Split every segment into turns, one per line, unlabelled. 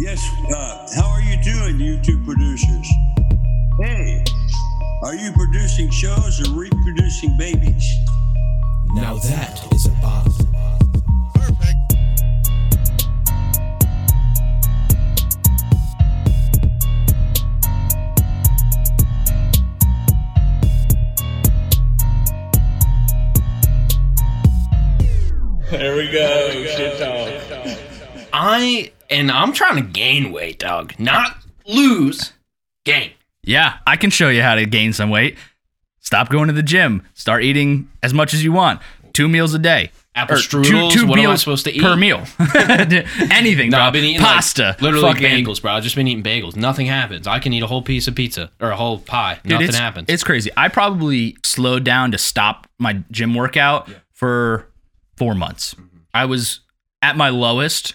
Yes. Uh, how are you doing, you two producers? Hey, are you producing shows or reproducing babies?
Now that is a bop.
Perfect.
There we go. Shit talk.
I and I'm trying to gain weight, dog, not lose. Gain.
Yeah, I can show you how to gain some weight. Stop going to the gym. Start eating as much as you want. Two meals a day.
Apple
Or
strudels, what am I
meals
supposed to eat?
Per meal. Anything,
No,
bro.
I've been eating like,
Pasta.
literally
fucking-
bagels, bro. I've just been eating bagels. Nothing happens. I can eat a whole piece of pizza or a whole pie.
Dude,
Nothing
it's,
happens.
It's crazy. I probably slowed down to stop my gym workout for four months.
Mm-hmm.
I was at my lowest,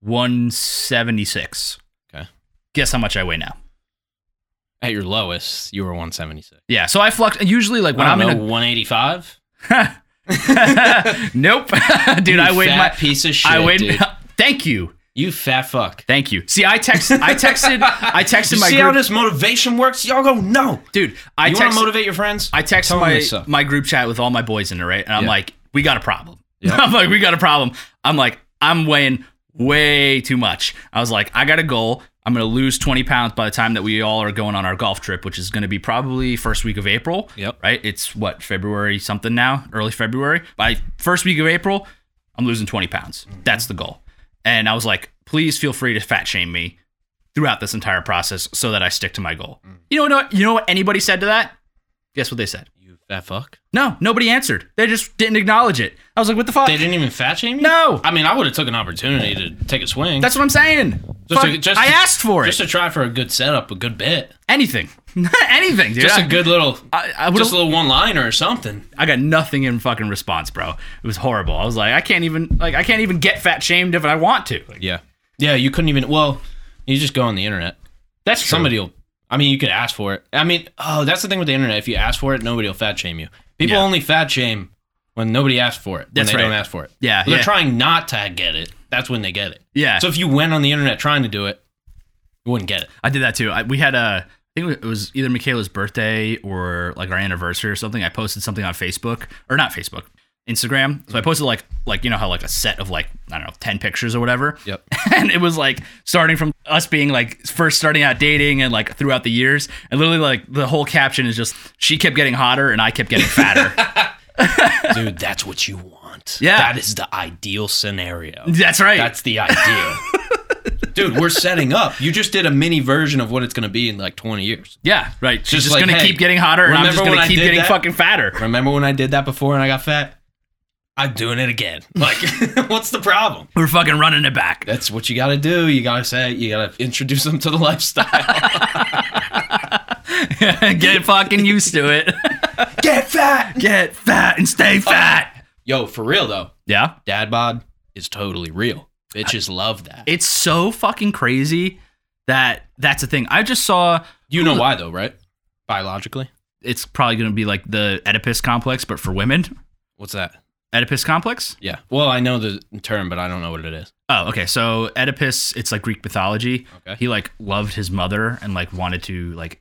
176.
Okay.
Guess how much I weigh now?
At your lowest, you were 176.
Yeah. So I flux. Usually, like when
When I
I'm
am
in
know,
a
185.
nope, dude.
You
I weighed
fat
my
piece of shit.
I weighed.
dude.
Thank you,
You fat fuck.
thank you. See, I text. I texted. I texted my
see
group.
how this motivation works? Y'all go no.
dude, I
you want
text.
to motivate your friends?
I text
Tell 'em they
my
suck.
my group chat with all my boys in it, right? And I'm
Yeah.
like, we got a problem.
Yeah.
I'm like, we got a problem. I'm like, I'm weighing way too much. I was like, I got a goal. I'm gonna lose 20 pounds by the time that we all are going on our golf trip, which is gonna be probably first week of April.
Yep.
Right? It's what February something now, early February. By first week of April, I'm losing 20 pounds.
Mm-hmm.
That's the goal. And I was like, please feel free to fat shame me throughout this entire process so that I stick to my goal.
Mm.
You know what? You know what anybody said to that? Guess what they said?
You fat fuck.
No, nobody answered. They just didn't acknowledge it. I was like, what the fuck?
They didn't even fat shame you.
No.
I mean, I would have took an opportunity to take a swing.
That's what I'm saying.
Just
Fuck,
to- just
I
to-
asked for it.
just to try for a good setup, a good bit,
Anything. Anything, dude.
just
I-
a good little,
I, I, would've-
just a little one liner or something.
I got nothing in fucking response, bro. It was horrible. I was like, I can't even like I can't even get fat shamed if I want to. Like,
Yeah, yeah. You couldn't even. Well, you just go on the internet.
that's
Somebody will. I mean, you could ask for it. I mean, oh, that's the thing with the internet. If you ask for it, nobody will fat shame you. People
Yeah.
only fat shame when nobody asks for it. When
That's
they don't
right.
ask for it.
Yeah,
When they're
yeah.
trying not to get it. That's when they get it.
Yeah.
So if you went on the internet trying to do it, you wouldn't get it.
I did that too. I, we had a, I think it was either Michaela's birthday or like our anniversary or something. I posted something on Facebook or not Facebook, Instagram.
Mm-hmm.
So I posted like, like you know how like a set of like I don't know ten pictures or whatever.
Yep.
And it was like starting from us being like first starting out dating and like throughout the years, and literally like the whole caption is just she kept getting hotter and I kept getting fatter.
Dude, that's what you want.
Yeah.
That is the ideal scenario.
That's right.
That's the idea. Dude, we're setting up. You just did a mini version of what it's going to be in like 20 years.
yeah, right.
Just
She's just,
like,
gonna
hey,
keep getting hotter, and I'm
remember
just
when
gonna
I
keep
did
getting
that?
fucking fatter.
Remember when I did that before and I got fat? I'm doing it again. Like, what's the problem?
We're fucking running it back.
That's what you got to do. You got to say, you got to introduce them to the lifestyle.
Get fucking used to it.
Get fat.
Get fat and stay fat.
Yo, for real though,
Yeah.
dad bod is totally real. Bitches love that.
It's so fucking crazy that that's a thing. I just saw
You know why though, right? Biologically.
it's probably going to be like the Oedipus complex, but for women.
What's that?
Oedipus complex?
Yeah. Well, I know the term, but I don't know what it is.
Oh, okay. So Oedipus, it's like Greek mythology.
Okay.
He like loved his mother and like wanted to like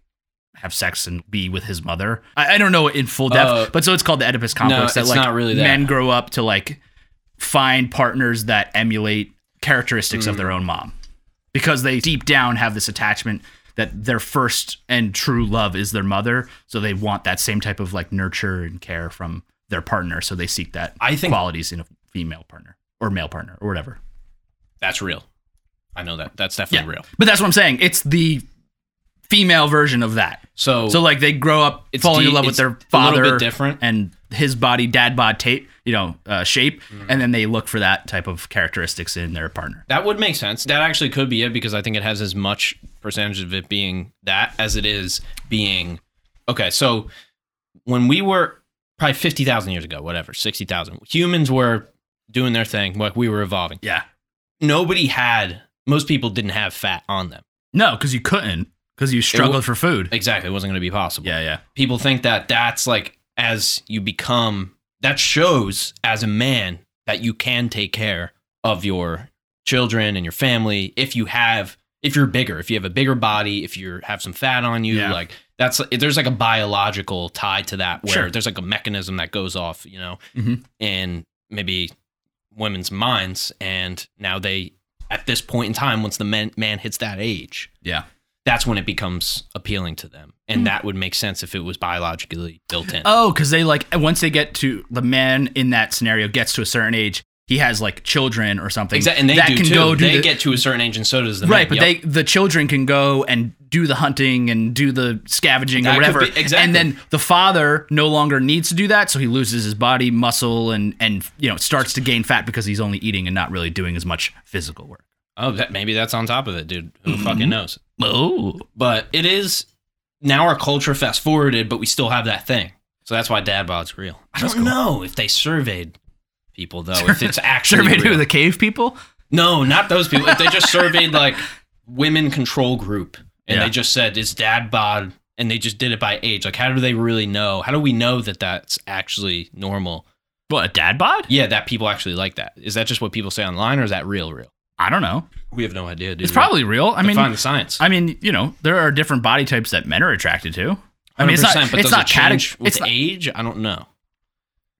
have sex and be with his mother. I, I don't know in full depth,
Oh.
but so it's called the Oedipus complex.
it's
that like
not really that.
men grow up to like find partners that emulate characteristics
Mm.
of their own mom because they deep down have this attachment that their first and true love is their mother, so they want that same type of like nurture and care from their partner, so they seek that
I think-
qualities in a female partner or male partner or whatever.
That's real. I know that. That's
Yeah.
definitely real.
But that's what I'm saying. It's the female version of that.
So,
So like they grow up
Oh. It's
falling
de-
in love with
it's
their
a little
father,
bit different.
and his body, dad bod tape, you know, uh, shape,
Mm-hmm.
and then they look for that type of characteristics in their partner.
that would make sense. That actually could be it because I think it has as much percentage of it being that as it is being. Okay, so when we were probably 50,000 years ago, whatever, 60,000, humans were doing their thing, like we were evolving.
Yeah.
Nobody had, most people didn't have fat on them.
No, because you couldn't, because you struggled for food.
Exactly. It wasn't going to be possible.
yeah, yeah,
people think that that's like as you become that shows as a man that you can take care of your children and your family if you have if you're bigger if you have a bigger body if you have some fat on you
Yeah.
like that's there's like a biological tie to that where
Sure.
there's like a mechanism that goes off you know
Mhm.
in maybe women's minds and now they at this point in time once the man, man hits that age
Yeah.
that's when it becomes appealing to them and that would make sense if it was biologically built in
Hmm. Oh, because they like once they get to the man in that scenario gets to a certain age, he has like children or something.
Exactly, and they
that
do
can
too.
go do
they
the-
get to a certain age, and so does the
right,
man.
but
Yep.
they the children can go and do the hunting and do the scavenging
That
or
could
whatever.
be- exactly.
And then the father no longer needs to do that, so he loses his body muscle and and you know starts to gain fat because he's only eating and not really doing as much physical work.
oh, that, maybe that's on top of it, dude. Who
Mm-hmm.
fucking knows?
Oh,
But it is now our culture fast forwarded, but we still have that thing. So that's why dad bod's real. I don't know if they surveyed people though. If it's actually
surveyed
real.
who the cave people?
no, not those people. If they just surveyed like women control group, and
Yeah.
they just said is dad bod, and they just did it by age. Like, how do they really know? How do we know that that's actually normal?
What a dad bod?
Yeah, that people actually like that. Is that just what people say online, or is that real? Real?
I don't know.
We have no idea, dude.
It's probably real. I mean,
find the science.
I mean, you know, there are different body types that men are attracted to. I mean, it's not.
100%, but
it's
does
not
it change
category.
with
It's not,
age. I don't know.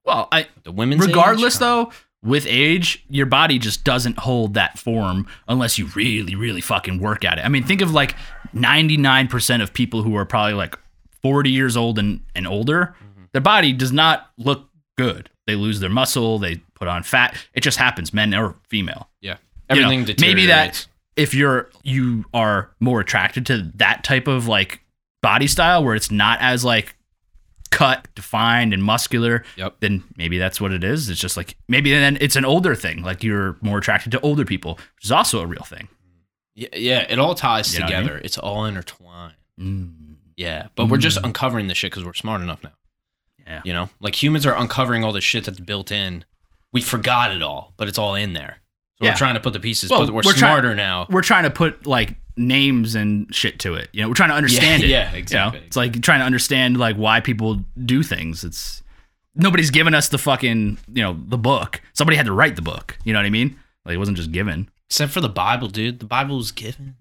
well, I,
The women's
regardless
age?
though, with age, your body just doesn't hold that form unless you really, really fucking work at it. I mean, think of like ninety nine percent of people who are probably like forty years old and and older.
Mm-hmm.
Their body does not look good. They lose their muscle. They put on fat. It just happens, men or female.
yeah,
you know,
everything
maybe that
deteriorates.
if you're you are more attracted to that type of like body style where it's not as like cut defined and muscular
Yep.
then maybe that's what it is it's just like maybe then it's an older thing like you're more attracted to older people which is also a real thing
Yeah, yeah, it all ties
You know what I
together. It's all intertwined.
mm.
Yeah, but we're just uncovering this shit because we're smart enough now.
Yeah.
you know, like humans are uncovering all this shit that's built in. We forgot it all, but it's all in there. So
Yeah.
we're trying to put the pieces.
Well,
but we're,
we're try-
smarter now.
we're trying to put like names and shit to it you know we're trying to understand it
yeah,
you know?
exactly.
it's like trying to understand like why people do things it's nobody's given us the fucking you know the book somebody had to write the book you know what i mean like it wasn't just given
Except for the Bible, dude. The Bible was given.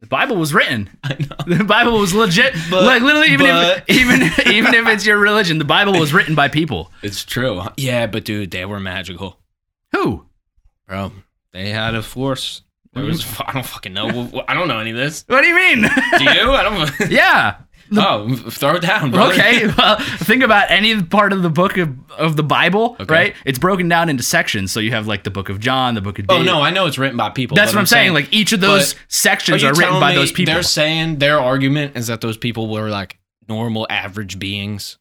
The Bible was written. I know. The Bible was legit.
But-
like literally, even
but-
if even even if it's your religion, the Bible was written by people.
It's true. Yeah, but dude, they were magical.
Who?
bro. They had a force. There was
Mm.
I don't fucking know. Well, I don't know any of this.
What do you mean?
Do you? I don't.
yeah.
oh, throw it down, bro.
Okay. Well, think about any part of the book of, of the Bible,
Okay.
right? It's broken down into sections. So you have like the book of John, the book of
Oh
David.
no, I know it's written by people.
That's
but
what I'm saying. Like each of those
But-
sections
you
are written
telling
by
me
those people.
They're saying their argument is that those people were like normal, average beings.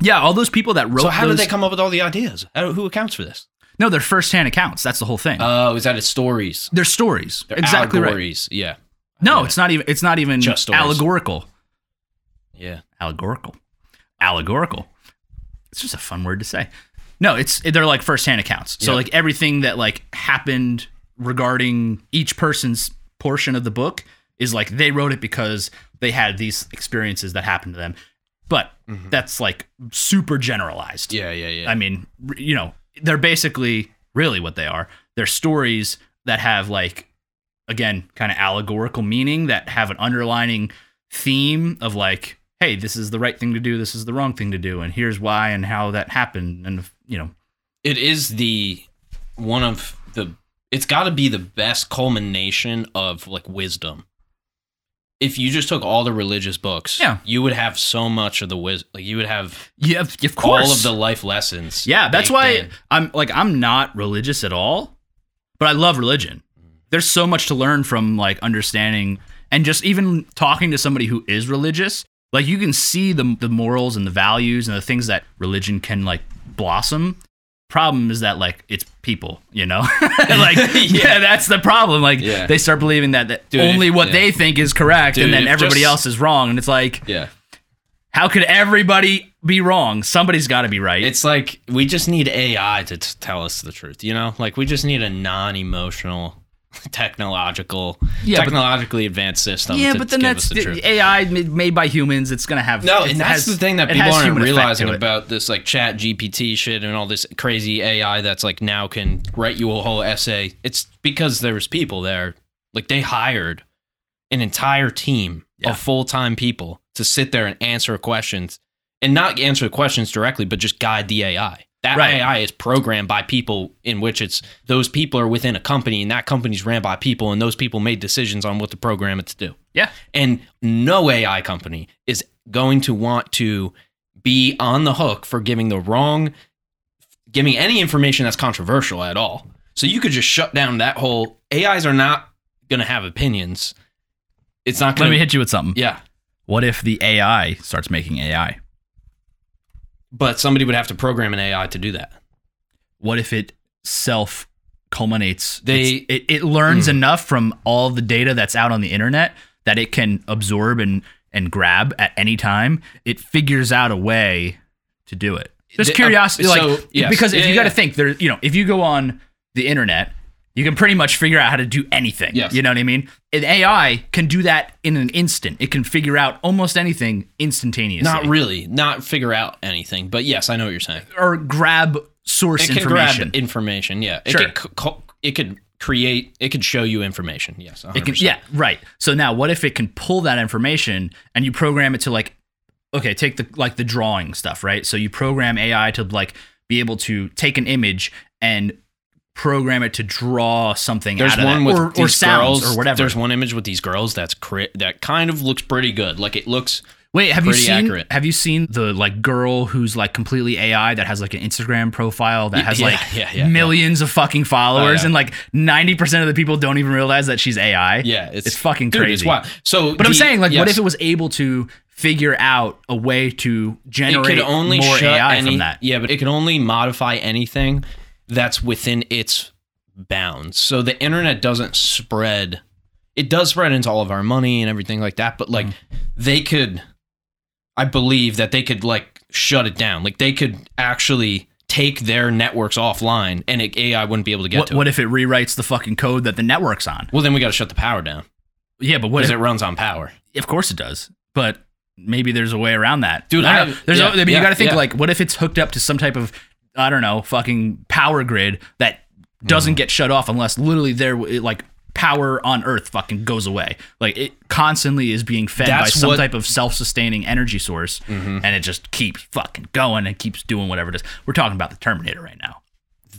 Yeah, all those people that wrote.
So how
those,
did they come up with all the ideas? How, who accounts for this?
No, they're firsthand accounts. That's the whole thing.
Oh, is that it's stories?
they're stories.
They're
exactly right.
allegories. Yeah,
No,
Yeah.
it's not even. It's not even
Just stories.
allegorical.
yeah.
allegorical allegorical it's just a fun word to say no it's they're like first-hand accounts so
Yeah.
like everything that like happened regarding each person's portion of the book is like they wrote it because they had these experiences that happened to them but that's like super generalized
Yeah, yeah, yeah.
I mean, r- you know, they're basically really what they are. They're stories that have like again, kind of allegorical meaning that have an underlining theme of like, hey, this is the right thing to do, this is the wrong thing to do, and here's why and how that happened and you know,
it is the one of the it's got to be the best culmination of like wisdom if you just took all the religious books
Yeah.
you would have so much of the wisdom like you would have
yeah, of of
all of the life lessons
Yeah, that's
baked
why
in.
I'm like I'm not religious at all, but I love religion. There's so much to learn from like understanding and just even talking to somebody who is religious. Like you can see the the morals and the values and the things that religion can like blossom. Problem is that like it's people, you know, like yeah. that's the problem. Like
Yeah.
they start believing that, that
Dude,
only what
yeah.
they think is correct,
Dude,
and then
if
everybody
just-
else is wrong, and it's like,
yeah
how could everybody be wrong? Somebody's got to be right.
it's like we just need ai to t- tell us the truth you know like we just need a non-emotional technological,
Yeah, but-
technologically advanced system.
Yeah,
Um, to
but then
give
that's
us the truth.
AI ma- made by humans. It's gonna have
No,
it
and that's
has-
the thing that
it
people
has
aren't
human effect
realizing
to it.
about this like chat GPT shit and all this crazy AI that's like now can write you a whole essay. It's because there was people there. Like they hired an entire team
Yeah.
of full time people to sit there and answer questions and not answer the questions directly, but just guide the AI. That
Right.
AI is programmed by people in which it's those people are within a company and that company's ran by people and those people made decisions on what to program it to do.
Yeah,
And no AI company is going to want to be on the hook for giving the wrong, giving any information that's controversial at all. So you could just shut down that whole. AIs are not going to have opinions. It's not going
let
to.
me hit you with something.
Yeah,
What if the AI starts making AI?
but somebody would have to program an AI to do that.
What if it self culminates?
They- Mm.
It's- it, it learns enough from all the data that's out on the internet that it can absorb and and grab at any time. It figures out a way to do it. Just
The- uh,
curiosity, like
so, yes.
because if
Yeah,
you got to
yeah.
think, there, you know, if you go on the internet, you can pretty much figure out how to do anything.
Yes.
You know what I mean? An AI can do that in an instant. It can figure out almost anything instantaneously.
Not really. Not figure out anything. But yes, I know what you're saying.
or grab source
It can
information.
grab information. Yeah. It
Sure.
Could, c- co- it could create. It could show you information. Yes. 100%.
It can, yeah, right. So now, what if it can pull that information and you program it to like, okay, take the like the drawing stuff, right? So you program AI to like be able to take an image and program it to draw something
There's
out of
one
that,
with
or,
these
or sounds
girls.
or whatever.
There's one image with these girls that's cri- that kind of looks pretty good. Like it looks.
Wait, have you
pretty
seen
accurate.
have you seen the like girl who's like completely AI that has like an Instagram profile that has
yeah,
like
yeah, yeah,
millions of fucking followers
Oh, yeah.
and like 90% of the people don't even realize that she's AI?
Yeah, it's,
it's fucking
dude,
crazy.
It's wild. So,
But I'm
the-
saying, like, what
yes,
if it was able to figure out a way to
It
generate
could only
more
shut
AI
any,
from that?
Yeah, but it can only modify anything that's within its bounds. So the internet doesn't spread. It does spread into all of our money and everything like that. But
Mm.
like, they could. I believe that they could like shut it down. Like they could actually take their networks offline, and it, AI wouldn't be able to get
What,
to it.
what if it rewrites the fucking code that the network's on?
Well, then we got to shut the power down
Yeah, but what?
because
If,
it runs on power.
of course it does, but maybe there's a way around that,
Dude,
I
I-
don't know. There's,
yeah,
a- I mean,
yeah,
you got to think
yeah.
like, what if it's hooked up to some type of, I don't know, fucking power grid that doesn't
Mm.
get shut off unless literally there, it, like, power on Earth fucking goes away. Like it constantly is being fed by
That's
some
what- Mm-hmm.
type of self-sustaining energy source, and it just keeps fucking going and keeps doing whatever it is. We're talking about the Terminator right now.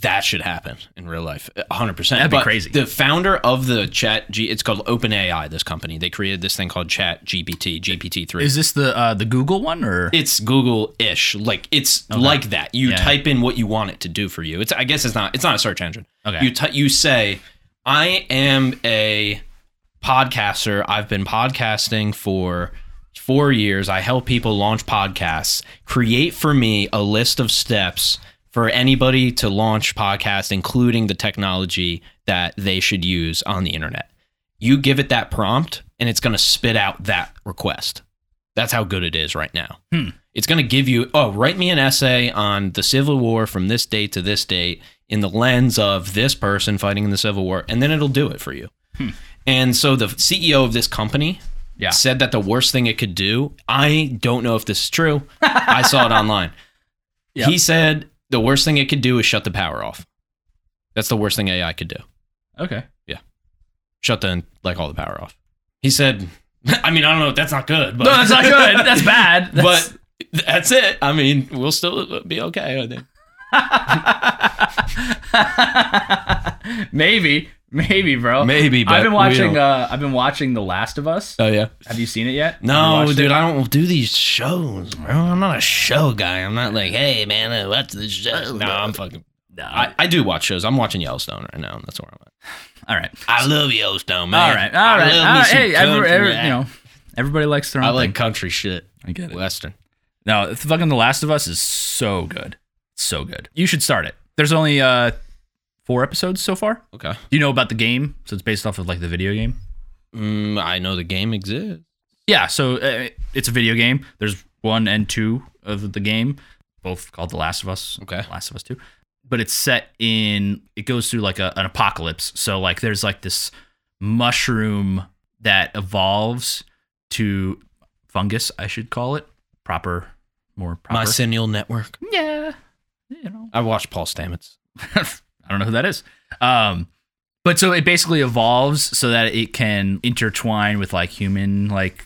That should happen in real life, 100. percent
That'd be crazy.
The founder of the Chat G, it's called OpenAI. This company they created this thing called Chat GPT, GPT three.
Is this the uh, the Google one or
It's Google ish, like it's like that. You
Yeah.
type in what you want it to do for you. It's I guess it's not it's not a search engine.
Okay.
You ty- you say, I am a podcaster. I've been podcasting for four years. I help people launch podcasts. Create for me a list of steps for anybody to launch podcasts, including the technology that they should use on the internet. You give it that prompt, and it's going to spit out that request. That's how good it is right now. It's going to give you, oh, write me an essay on the Civil War from this date to this date in the lens of this person fighting in the Civil War, and then it'll do it for you. And so the CEO of this company
Hmm. Yeah.
said that the worst thing it could do, I don't know if this is true. I saw it online.
Yeah.
He said the worst thing it could do is shut the power off. That's the worst thing AI could do
okay?
shut the like all the power off. He said, I mean, I don't know, that's not good, but
No, that's not good. That's bad. That's-
but that's it. I mean, we'll still be okay. I think.
maybe, maybe, bro.
Maybe, but
I've been
we
watching.
don't-
Uh, I've been watching The Last of Us.
Oh yeah.
Have you seen it yet? Have you
No,
watched
dude,
it?
I don't do these shows, bro. I'm not a show guy. I'm not like, hey man, uh, what's the show? No, I'm fucking.
No.
I, I do watch shows. I'm watching Yellowstone right now, and that's where I'm at.
all right.
I love Yellowstone, man.
All right. All
I love
right.
me
all right.
some
Hey, every,
country,
every, you
man.
know, everybody likes their own
I like
thing.
country shit,
I get it.
western.
No, it's fucking The Last of Us is so good. So good. You should start it. There's only uh four episodes so far.
Okay.
Do you know about the game? So it's based off of like the video game.
Mm, I know the game exists.
Yeah, so uh, it's a video game. There's one and two of the game, both called The Last of Us.
Okay.
Last of Us Two. but it's set in it goes through like a, an apocalypse. So like there's like this mushroom that evolves to fungus, I should call it proper, more proper.
Mycelial network.
yeah, you know,
I watched Paul Stamets.
I don't know who that is. Um, but so it basically evolves so that it can intertwine with like human like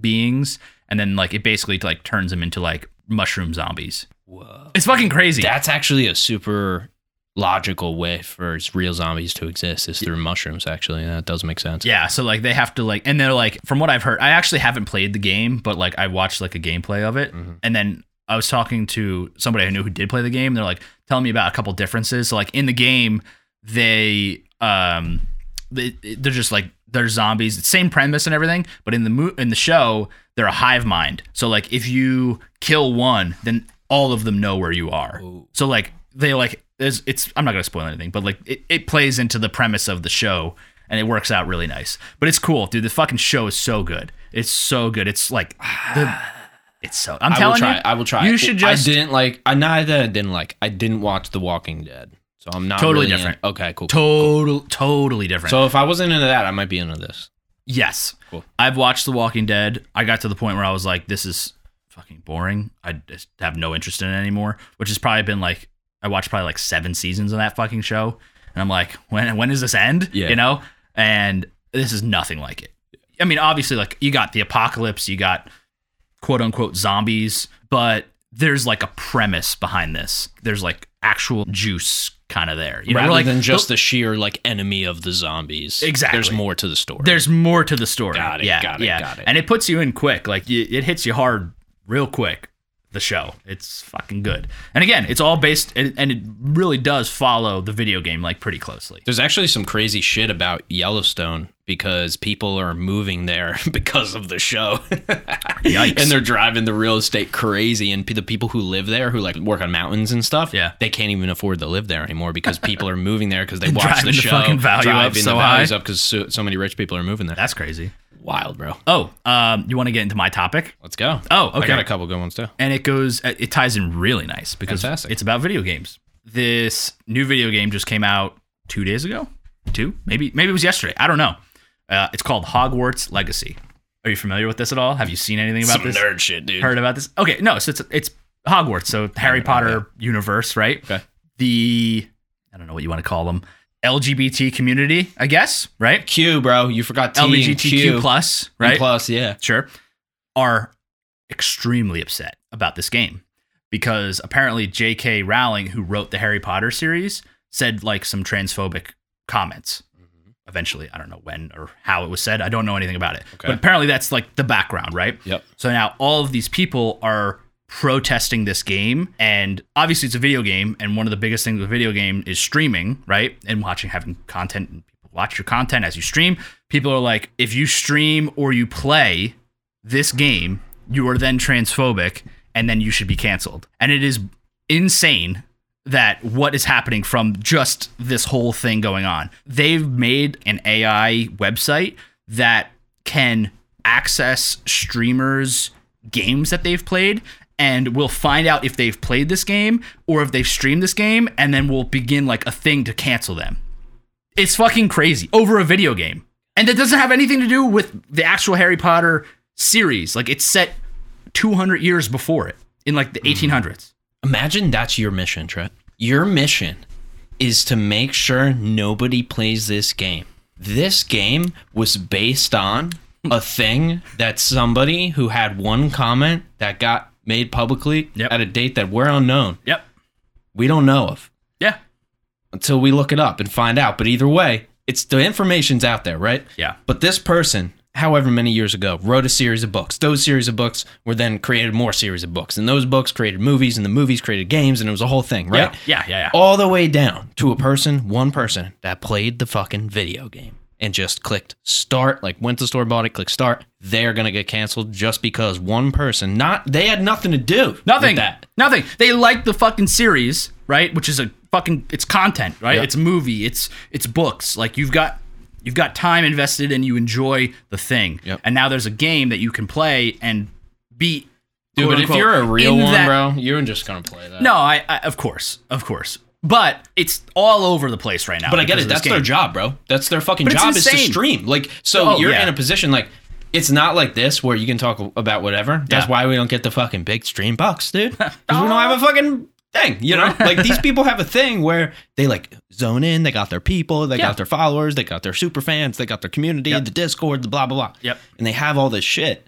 beings, and then like it basically like turns them into like mushroom zombies.
Whoa.
It's fucking crazy.
That's actually a super logical way for real zombies to exist is through mushrooms. Actually, that does make sense.
yeah, so like they have to like, and they're like, from what I've heard, I actually haven't played the game, but like I watched like a gameplay of it, and then I was talking to somebody I knew who did play the game. They're like telling me about a couple differences. So like in the game, they um they, they're just like they're zombies. It's same premise and everything, but in the mo- in the show, they're a hive mind. So like if you kill one, then all of them know where you are. So like they like there's it's I'm not gonna spoil anything, but like it, it plays into the premise of the show and it works out really nice. But it's cool, dude. The fucking show is so good. It's so good. It's like the, it's so I'm
I will
telling
try.
you.
I will try.
You should just
I didn't like. I not that I didn't like. I didn't watch The Walking Dead, so I'm not
Totally
really in-
different.
okay, cool.
total totally different.
So if I wasn't into that, I might be into this.
Yes.
Cool.
I've watched The Walking Dead. I got to the point where I was like, this is fucking boring. I just have no interest in it anymore, which has probably been like, I watched probably like seven seasons of that fucking show. And I'm like, when, when does this end?
Yeah.
You know? And this is nothing like it. I mean, obviously, like, you got the apocalypse, you got quote unquote zombies, but there's like a premise behind this. There's like actual juice kind of there. You know,
Rather
we're like,
than just the sheer like enemy of the zombies.
Exactly.
There's more to the story.
There's more to the story.
Got it,
Yeah,
got it,
yeah.
got it.
And it puts you in quick. Like y it hits you hard, real quick. The show. It's fucking good. And again, it's all based, and, and it really does follow the video game like pretty closely.
There's actually some crazy shit about Yellowstone because people are moving there because of the show.
Yikes.
and they're driving the real estate crazy. And pe- the people who live there, who like work on mountains and stuff,
Yeah.
they can't even afford to live there anymore because people are moving there because they watch
Driving
the
the
show.
fucking value up
driving
so
the values
high.
up because so, so many rich people are moving there.
That's crazy.
wild, bro.
Oh, um, you want to get into my topic?
Let's go.
Oh, okay.
I got a couple good ones too.
and it goes it ties in really nice because
Fantastic.
it's about video games this new video game just came out two days ago two maybe maybe it was yesterday i don't know uh, it's called hogwarts legacy are you familiar with this at all have you seen anything about
Some
this
nerd shit, dude.
heard about this okay no so it's it's hogwarts so harry potter universe right
Okay.
the i don't know what you want to call them lgbt community i guess right
Q, bro. You forgot T and Q
lgbtq plus
And
right
Plus, yeah.
sure, are extremely upset about this game because apparently J.K. Rowling, who wrote the Harry Potter series, said like some transphobic comments.
Mm-hmm.
Eventually, I don't know when or how it was said. I don't know anything about it.
Okay.
But apparently, that's like the background, right?
Yep.
So now all of these people are protesting this game and obviously it's a video game and one of the biggest things with video game is streaming, right? And watching having content and people watch your content as you stream. People are like if you stream or you play this game, you are then transphobic and then you should be canceled. And it is insane that what is happening from just this whole thing going on. They've made an AI website that can access streamers' games that they've played and we'll find out if they've played this game or if they've streamed this game and then we'll begin like a thing to cancel them. It's fucking crazy over a video game. And that doesn't have anything to do with the actual Harry Potter series. Like it's set 200 years before it in like
Mm-hmm.
the 1800s.
Imagine that's your mission, Trent. Your mission is to make sure nobody plays this game. This game was based on a thing that somebody who had one comment that got made publicly
Yep.
at a date that we're unknown.
Yep.
We don't know of
Yeah.
until we look it up and find out. But either way, it's the information's out there, right?
Yeah.
But this person, however many years ago, wrote a series of books. Those series of books were then created more series of books. And those books created movies, and the movies created games, and it was a whole thing, right?
Yeah, yeah, yeah.
All the way down to a person, one person that played the fucking video game and just clicked start, like went to the store, bought it, clicked start. They're going to get canceled just because one person, not, they had nothing to do. with
Nothing.
that.
Nothing. They like the fucking series, right? Which is a fucking it's content, right?
Yeah.
It's movie, it's it's books. Like you've got you've got time invested and you enjoy the thing.
Yep.
And now there's a game that you can play and be
Dude, but if
quote-unquote,
you're a real
in
one,
that-
bro, you're just going to play that.
No, I, I of course. Of course. But it's all over the place right now.
But I get
because
it.
of this
That's their
game.
job, bro. That's their fucking
But it's
job is to
insane.
stream. Like, so
Oh,
you're
yeah.
in a position like it's not like this where you can talk about whatever. That's
Yeah.
why we don't get the fucking big stream bucks, dude. 'Cause we don't have a fucking thing. You know, like these people have a thing where they like zone in. They got their people. They
Yeah.
got their followers. They got their super fans. They got their community,
Yep.
the Discord, the blah blah blah.
Yep.
And they have all this shit,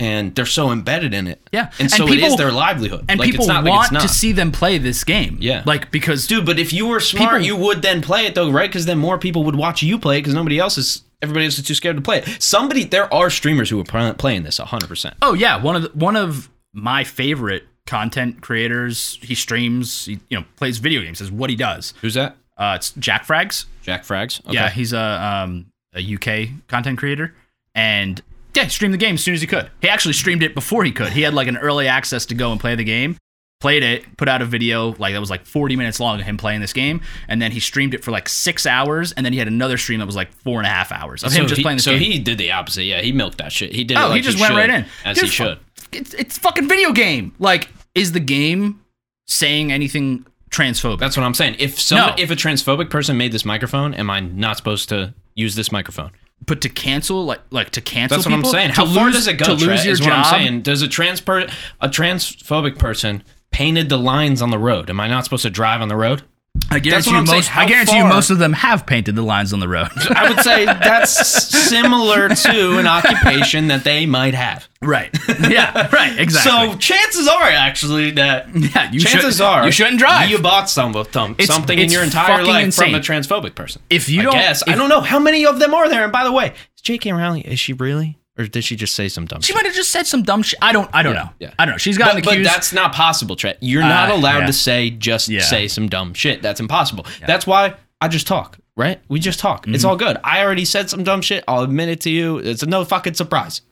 and they're so embedded in it.
Yeah.
And
And
so it is
people-
their livelihood.
And
Like, it's
people
not like it's
want to
not.
see them play this game.
Yeah.
Like because
Dude, but if you were smart,
People-
you would then play it though, right? Because then more people would watch you play it because nobody else is. Everybody else is too scared to play it. Somebody, there are streamers who are pl- playing this 100. percent
Oh yeah, one of the, one of my favorite content creators. He streams, he, you know, plays video games. Is what he does.
Who's that?
Uh, it's Jack Frags.
Jack Frags. Okay.
Yeah, he's a um, a UK content creator, and yeah, he streamed the game as soon as he could. He actually streamed it before he could. He had like an early access to go and play the game. Played it, put out a video like that was like 40 minutes long of him playing this game, and then he streamed it for like six hours, and then he had another stream that was like four and a half hours of
so
him just
he,
playing this
so
game.
he did the opposite. Yeah, he milked that shit. He did. it
Oh,
like
he just went
should,
right in.
as
Dude,
he
fu-
should.
It's, it's fucking video game. Like, is the game saying anything transphobic?
That's what I'm saying. If some,
No.
if a transphobic person made this microphone, am I not supposed to use this microphone?
but to cancel, like, like to cancel.
That's what
people,
I'm saying.
to
How far
lose-
does it go?
To lose
Trent,
your
is
job.
what I'm saying. Does a trans per- a transphobic person painted the lines on the road? Am I not supposed to drive on the road?
I
That's
guarantee
what
you
I'm saying.
most.
How
I guarantee you
far-
most of them have painted the lines on the road.
I would say that's similar to an occupation that they might have.
right. Yeah. Right. Exactly.
So chances are, actually, that
Yeah, you
chances
should-
are
you shouldn't drive.
You bought some of them,
It's-
something in
it's
your entire
fucking
life
insane.
from a transphobic person.
If you
I
don't-
guess I
if-
don't know how many of them are there. And by the way, is J.K. Rowling is she really, or did she just say some dumb?
she
shit?
might have just said some dumb shit. I don't. I don't know.
yeah.
I don't know. She's
But,
gotten
but
accused.
that's not possible, Trent. You're not
Uh,
allowed
yeah.
to say just
Yeah.
say some dumb shit. That's impossible. That's why I just talk, right? We just talk. It's
Mm-hmm.
all good. I already said some dumb shit. I'll admit it to you. It's no fucking surprise.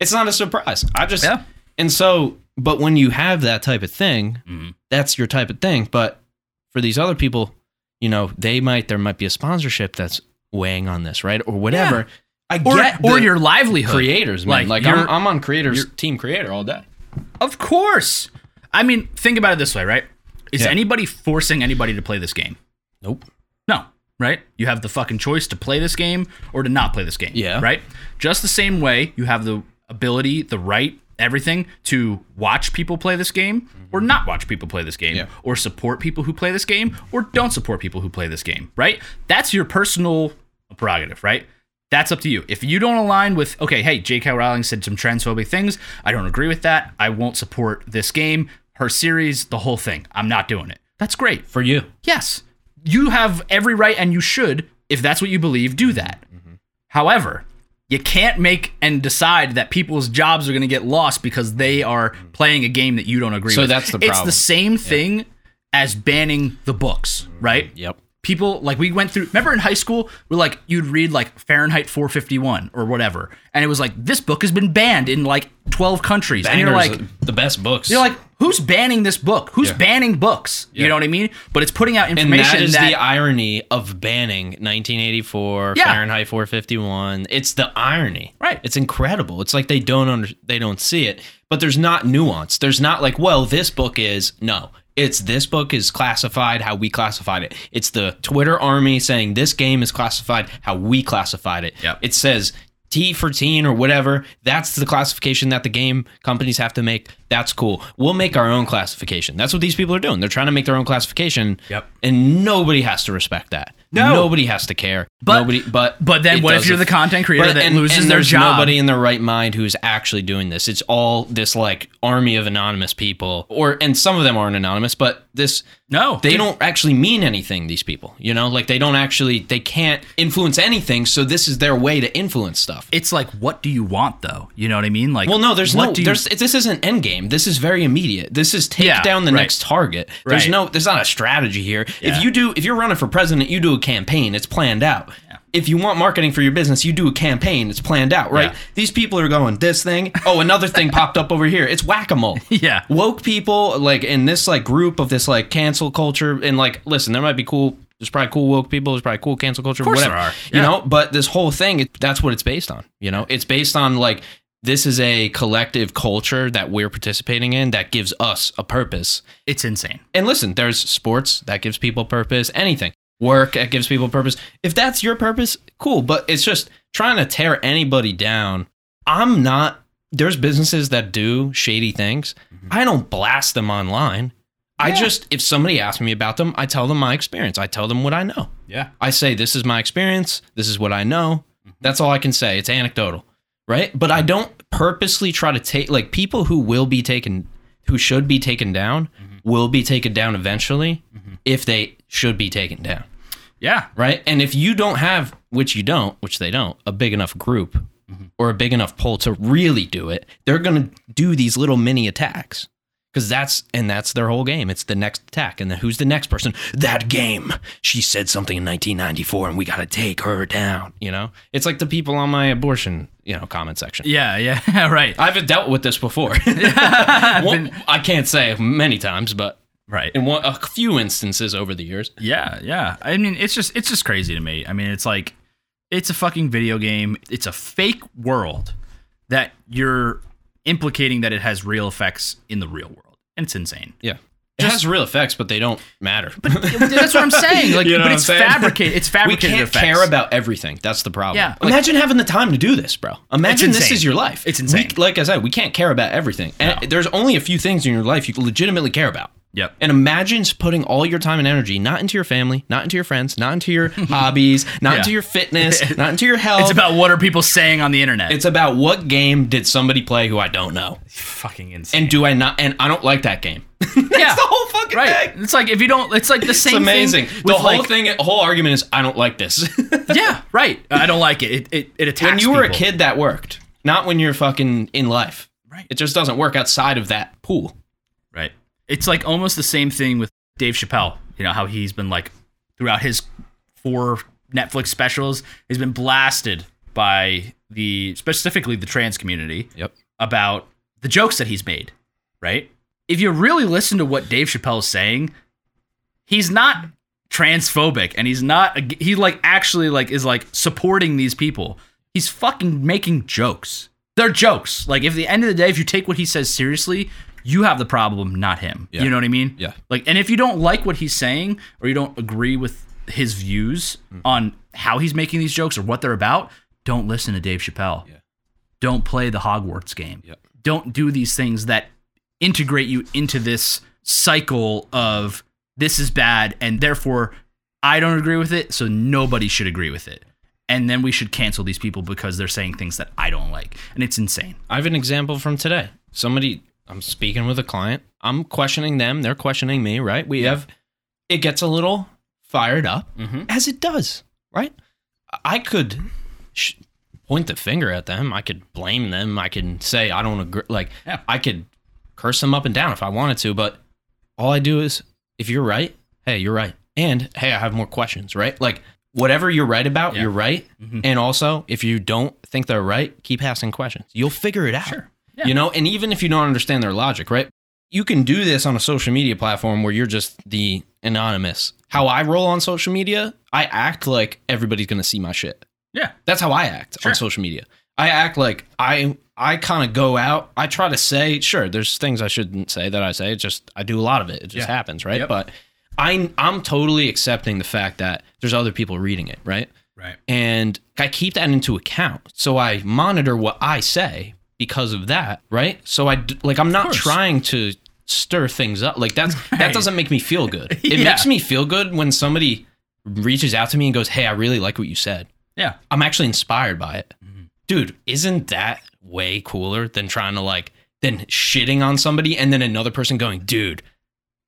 It's not a surprise. I just
Yeah.
and so but when you have that type of thing,
Mm-hmm.
that's your type of thing. But for these other people, you know, they might there might be a sponsorship that's weighing on this, right? Or whatever. I
or
get
or
the
your livelihood.
creators, man. Like,
Like,
I'm,
you're-
I'm on creators team creator all day.
Of course. I mean, think about it this way, right? Is
Yeah.
anybody forcing anybody to play this game?
Nope.
No, right? You have the fucking choice to play this game or to not play this game.
Yeah.
Right? Just the same way you have the ability, the right, everything to watch people play this game or not watch people play this game
Yeah.
or support people who play this game or don't support people who play this game, right? That's your personal prerogative, right? That's up to you. If you don't align with, okay, hey, J.K. Rowling said some transphobic things. I don't agree with that. I won't support this game, her series, the whole thing. I'm not doing it. That's great.
For you.
Yes, you have every right and you should, if that's what you believe, do that. However, you can't make and decide that people's jobs are going to get lost because they are playing a game that you don't agree
So
with.
that's the
It's
problem.
the same thing as banning the books, right?
Yep.
people like we went through remember in high school we're like you'd read like fahrenheit 451 or whatever and it was like this book has been banned in like 12 countries and you're
Bangers,
like
the best books.
you're like who's banning this book who's
Yeah.
banning books
Yeah.
you know what i mean but it's putting out
and
information
that is the
that
irony of banning 1984
Yeah.
Fahrenheit 451. It's the irony,
Right.
It's incredible. It's like they don't under, they don't see it, but there's not nuance. There's not like, well, this book is no. It's this book is classified how we classified it. It's the Twitter army saying this game is classified how we classified it.
Yep.
It says T for teen or whatever. That's the classification that the game companies have to make. That's cool. We'll make our own classification. That's what these people are doing. They're trying to make their own classification.
Yep.
And nobody has to respect that.
No.
Nobody has to care.
But-
nobody. But
but then
it
what if
does
you're the
aff-
content creator that loses their
there's
job?
Nobody in their right mind who's actually doing this. It's all this like army of anonymous people, or and some of them aren't anonymous, but this
no
they
dude.
don't actually mean anything these people you know like they don't actually they can't influence anything so this is their way to influence stuff
it's like what do you want though you know what i mean like
well no there's
what
no
do you-
there's this isn't end game this is very immediate this is take
Yeah,
down the
right.
next target there's
Right.
no there's not a strategy here
Yeah.
if you do if you're running for president you do a campaign it's planned out if you want marketing for your business you do a campaign it's planned out right
Yeah.
these people are going this thing oh another thing popped up over here it's whack-a-mole
Yeah.
woke people like in this like group of this like cancel culture and like listen there might be cool there's probably cool woke people there's probably cool cancel culture
course
whatever
there are,
you
yeah.
know but this whole thing it, that's what it's based on you know it's based on like this is a collective culture that we're participating in that gives us a purpose.
It's insane.
And listen, there's sports that gives people purpose, anything. Work that gives people purpose. If that's your purpose, cool, but it's just trying to tear anybody down. I'm not there's businesses that do shady things.
Mm-hmm.
I don't blast them online. I just if somebody asks me about them, I tell them my experience. I tell them what I know.
Yeah.
I say this is my experience, this is what I know. That's all I can say. It's anecdotal, right? But I don't purposely try to take like people who will be taken who should be taken down will be taken down eventually if they should be taken down,
Yeah.
right? And if you don't have which you don't, which they don't, a big enough group
Mm-hmm.
or a big enough poll to really do it, they're going to do these little mini attacks. Cause that's and that's their whole game. It's the next attack, and then who's the next person? That game. She said something in 1994, and we gotta take her down. You know, it's like the people on my abortion, you know, comment section.
Yeah. Yeah. right.
I've dealt with this before. One- I can't say many times, but
Right.
in one, a few instances over the years.
Yeah, yeah. I mean, it's just it's just crazy to me. I mean, it's like it's a fucking video game. It's a fake world that you're implicating that it has real effects in the real world, and it's insane.
Yeah, it has real effects, but they don't matter.
That's what I'm saying. Like,
You know
but
what
it's
I'm saying?
fabricated. It's
we
fabricated
can't
effects.
care about everything. That's the problem.
Yeah, like-
Imagine having the time to do this, bro. Imagine this
insane.
is your life.
It's insane.
We- like I said, we can't care about everything. And there's only a few things in your life you legitimately care about.
Yep.
And imagine putting all your time and energy not into your family, not into your friends, not into your hobbies, not
Yeah.
into your fitness, not into your health.
It's about what are people saying on the internet.
It's about what game did somebody play who I don't know,
fucking insane.
and do I not? And I don't like that game. That's
Yeah.
the whole fucking
right.
thing.
It's like if you don't. It's like the
It's
same.
amazing.
Thing
The
with,
whole
like-
thing, whole argument is I don't like this.
Yeah. Right. I don't like it. It it, it attacks.
when you were a
people.
kid, that worked. Not when you're fucking in life.
Right.
It just doesn't work outside of that pool.
Right. It's like almost the same thing with Dave Chappelle. You know how he's been like throughout his four Netflix specials, he's been blasted by the specifically the trans community
Yep.
about the jokes that he's made, right? If you really listen to what Dave Chappelle is saying, he's not transphobic and he's not ag- he like actually like is like supporting these people. He's fucking making jokes. They're jokes. Like if the end of the day if you take what he says seriously, you have the problem, not him.
Yeah.
You know what I mean?
Yeah.
Like and if you don't like what he's saying or you don't agree with his views on how he's making these jokes or what they're about, don't listen to Dave Chappelle don't play the Hogwarts game.
Yep.
Don't do these things that integrate you into this cycle of this is bad and therefore I don't agree with it, so nobody should agree with it. And then we should cancel these people because they're saying things that I don't like. And it's insane.
I have an example from today. Somebody, I'm speaking with a client. I'm questioning them. They're questioning me, right? We have, it gets a little fired up,
Mm-hmm.
as it does, right? I could sh- point the finger at them. I could blame them. I can say, I don't agree. Like,
Yeah.
I could curse them up and down if I wanted to. But all I do is, if you're right, hey, you're right. And hey, I have more questions, right? Like, whatever you're right about,
Yeah.
you're right. And also, if you don't think they're right, keep asking questions. You'll figure it out.
Yeah.
You know, and even if you don't understand their logic, right? You can do this on a social media platform where you're just the anonymous. How I roll on social media, I act like everybody's going to see my shit.
Yeah.
That's how I act
Sure.
on social media. I act like I I kind of go out. I try to say, sure, there's things I shouldn't say that I say. It's just I do a lot of it. It just
Yeah.
happens, right?
Yep.
But I I'm totally accepting the fact that there's other people reading it, right?
Right.
And I keep that into account. So I monitor what I say because of that, right? So I d- like I'm not
course.
trying to stir things up. Like that's
Right.
that doesn't make me feel good. It
Yeah.
makes me feel good when somebody reaches out to me and goes, "Hey, I really like what you said."
Yeah.
I'm actually inspired by it.
Mm-hmm.
Dude, isn't that way cooler than trying to like than shitting on somebody and then another person going, dude,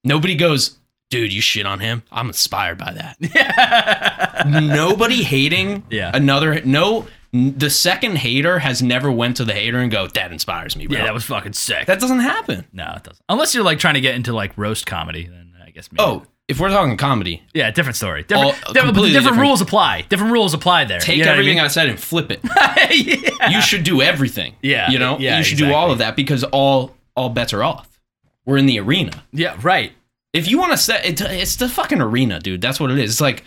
nobody goes, dude, you shit on him. I'm inspired by that. nobody hating
Yeah.
another no the second hater has never went to the hater and go, that inspires me, bro.
Yeah, that was fucking sick.
that doesn't happen.
no, it doesn't. Unless you're like trying to get into like roast comedy, then I guess maybe.
Oh, if we're talking comedy,
yeah, different story. Different,
All-
different-
completely
different
different.
rules apply. Different rules apply there.
take
You know what I
everything
mean?
I, said and flip it.
yeah.
you should do everything.
Yeah,
You know,
yeah,
you should do all of that because all all bets are off. We're in the arena.
yeah, right.
If you want to set it, it's the fucking arena, dude. That's what it is. It's like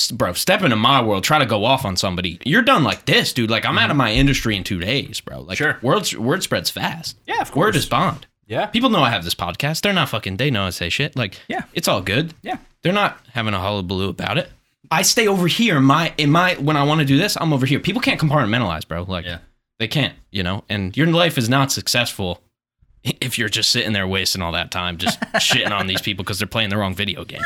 s- bro, step into my world, try to go off on somebody. You're done like this, dude. Like I'm out of my industry in two days, bro. Like
Mm-hmm. Sure.
word word spreads fast.
Yeah, of
Word is bond.
Yeah.
People know I have this podcast. They're not fucking. They know I say shit. Like
Yeah.
it's all good.
Yeah.
They're not having a hullabaloo about it. I stay over here. in My in my when I want to do this, I'm over here. People can't compartmentalize, bro. Like
Yeah.
they can't, you know. And your life is not successful if you're just sitting there wasting all that time just shitting on these people because they're playing the wrong video game.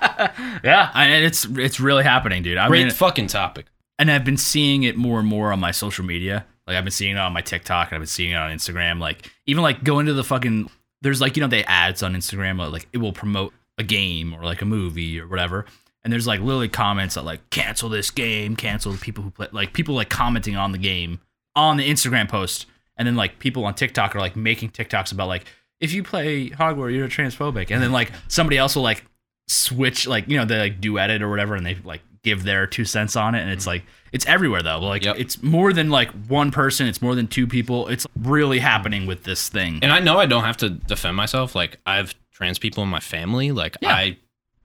Yeah, I- and it's it's really happening, dude. I
Great
mean,
fucking topic.
and I've been seeing it more and more on my social media. Like I've been seeing it on my TikTok, and I've been seeing it on Instagram. Like even like go into the fucking there's like you know they ads on Instagram like, like it will promote a game or like a movie or whatever. And there's like literally comments that like cancel this game, cancel the people who play like people like commenting on the game on the Instagram post, and then like people on TikTok are like making TikToks about like if you play Hogwarts you're transphobic, and then like somebody else will like switch like you know they like do edit or whatever and they like give their two cents on it and it's like it's everywhere though like
Mm-hmm. Yep.
it's more than like one person it's more than two people it's really happening with this thing
And I know I don't have to defend myself. Like I have trans people in my family. Like
Yeah.
I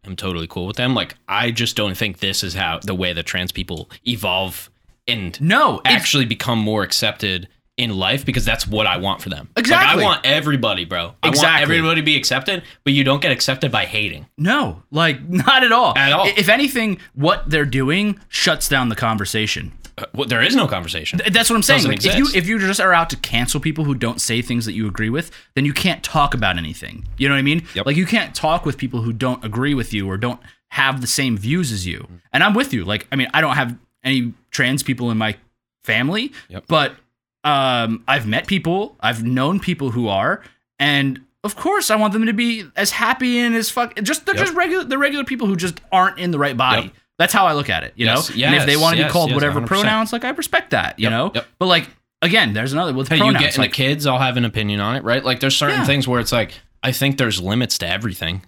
am totally cool with them. Like I just don't think this is how the way that trans people evolve and
no it's-
actually become more accepted in life because that's what I want for them. Like,
Exactly.
I want everybody, bro. I want
Exactly.
everybody to be accepted, but you don't get accepted by hating.
No, like not at all.
At all.
I- If anything, what they're doing shuts down the conversation.
Uh, Well, there is no conversation.
Th- That's what I'm saying.
Doesn't
Like, if you
exist.
if you just are out to cancel people who don't say things that you agree with, then you can't talk about anything. You know what I mean?
Yep.
Like you can't talk with people who don't agree with you or don't have the same views as you. And I'm with you. Like I mean, I don't have any trans people in my family,
Yep.
but um, I've met people, I've known people who are, and of course, I want them to be as happy and as fuck. Just they're
Yep.
just regular, they're regular people who just aren't in the right body.
Yep.
That's how I look at it, you
Yes,
know. and if they
yes,
want to
yes,
be called
yes,
whatever
100%.
pronouns, like I respect that, you
Yep,
know.
yep.
But like again, there's another with
Hey, you
pronouns.
get into
like,
kids, I'll have an opinion on it, right? Like there's certain
Yeah.
things where it's like I think there's limits to everything.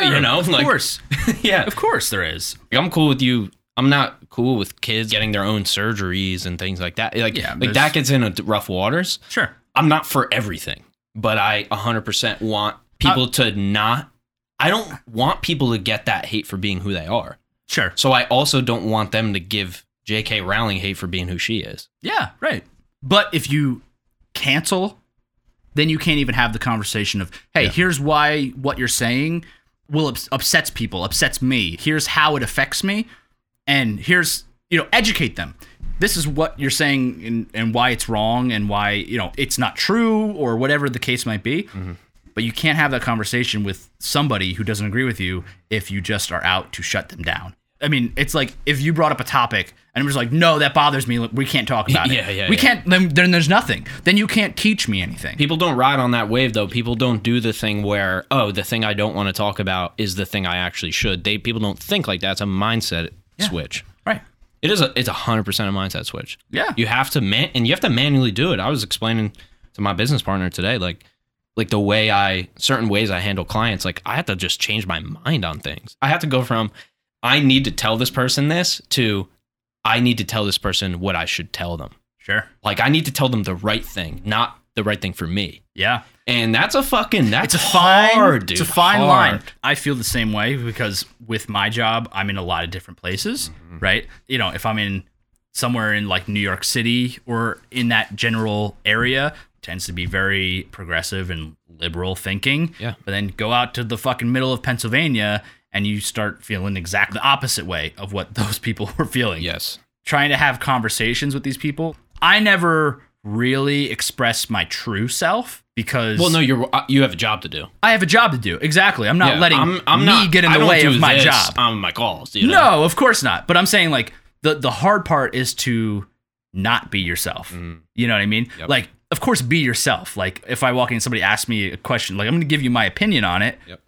you know,
of
like-
course,
yeah.
of course, there is.
Like, I'm cool with you. I'm not cool with kids getting their own surgeries and things like that. Like,
Yeah,
like
there's-
that gets in a d- rough waters.
Sure,
I'm not for everything, but I 100% want people to not. I don't want people to get that hate for being who they are.
sure,
So I also don't want them to give J.K. Rowling hate for being who she is.
yeah, right. But if you cancel, then you can't even have the conversation of, hey, here's why what you're saying will ups- upsets people, upsets me. Here's how it affects me, and here's you know, educate them. This is what you're saying and, and why it's wrong and why you know it's not true or whatever the case might be.
Mm-hmm.
But you can't have that conversation with somebody who doesn't agree with you if you just are out to shut them down. I mean, it's like if you brought up a topic and I'm just like, no, that bothers me. We can't talk about
Yeah,
it.
yeah,
we
yeah.
can't. Then, then there's nothing. Then you can't teach me anything.
People don't ride on that wave though. People don't do the thing where, oh, the thing I don't want to talk about is the thing I actually should. They people don't think like that. It's a mindset switch.
Right.
It is a it's a hundred percent a mindset switch.
Yeah.
You have to man and you have to manually do it. I was explaining to my business partner today, like like the way I certain ways I handle clients, like I have to just change my mind on things. I have to go from I need to tell this person this to I need to tell this person what I should tell them.
Sure.
Like I need to tell them the right thing, not the right thing for me.
Yeah.
And that's a fucking that's
It's a fine.
hard, dude.
it's a fine
Hard.
line. I feel the same way because with my job, I'm in a lot of different places, right? You know, if I'm in somewhere in like New York City or in that general area, tends to be very progressive and liberal thinking.
Yeah.
But then go out to the fucking middle of Pennsylvania and you start feeling exactly the opposite way of what those people were feeling
Yes.
trying to have conversations with these people. I never really express my true self because
Well, no, you're uh, you have a job to do.
I have a job to do. Exactly. I'm not
Yeah,
letting
I'm, I'm
me
not,
get in
I
the
don't
way
do
of my
this
job.
on my calls. You know?
No, of course not. But I'm saying like the the hard part is to not be yourself.
Mm.
You know what I mean?
Yep.
Like of course be yourself. Like if I walk in and somebody asks me a question, like I'm going to give you my opinion on it
Yep.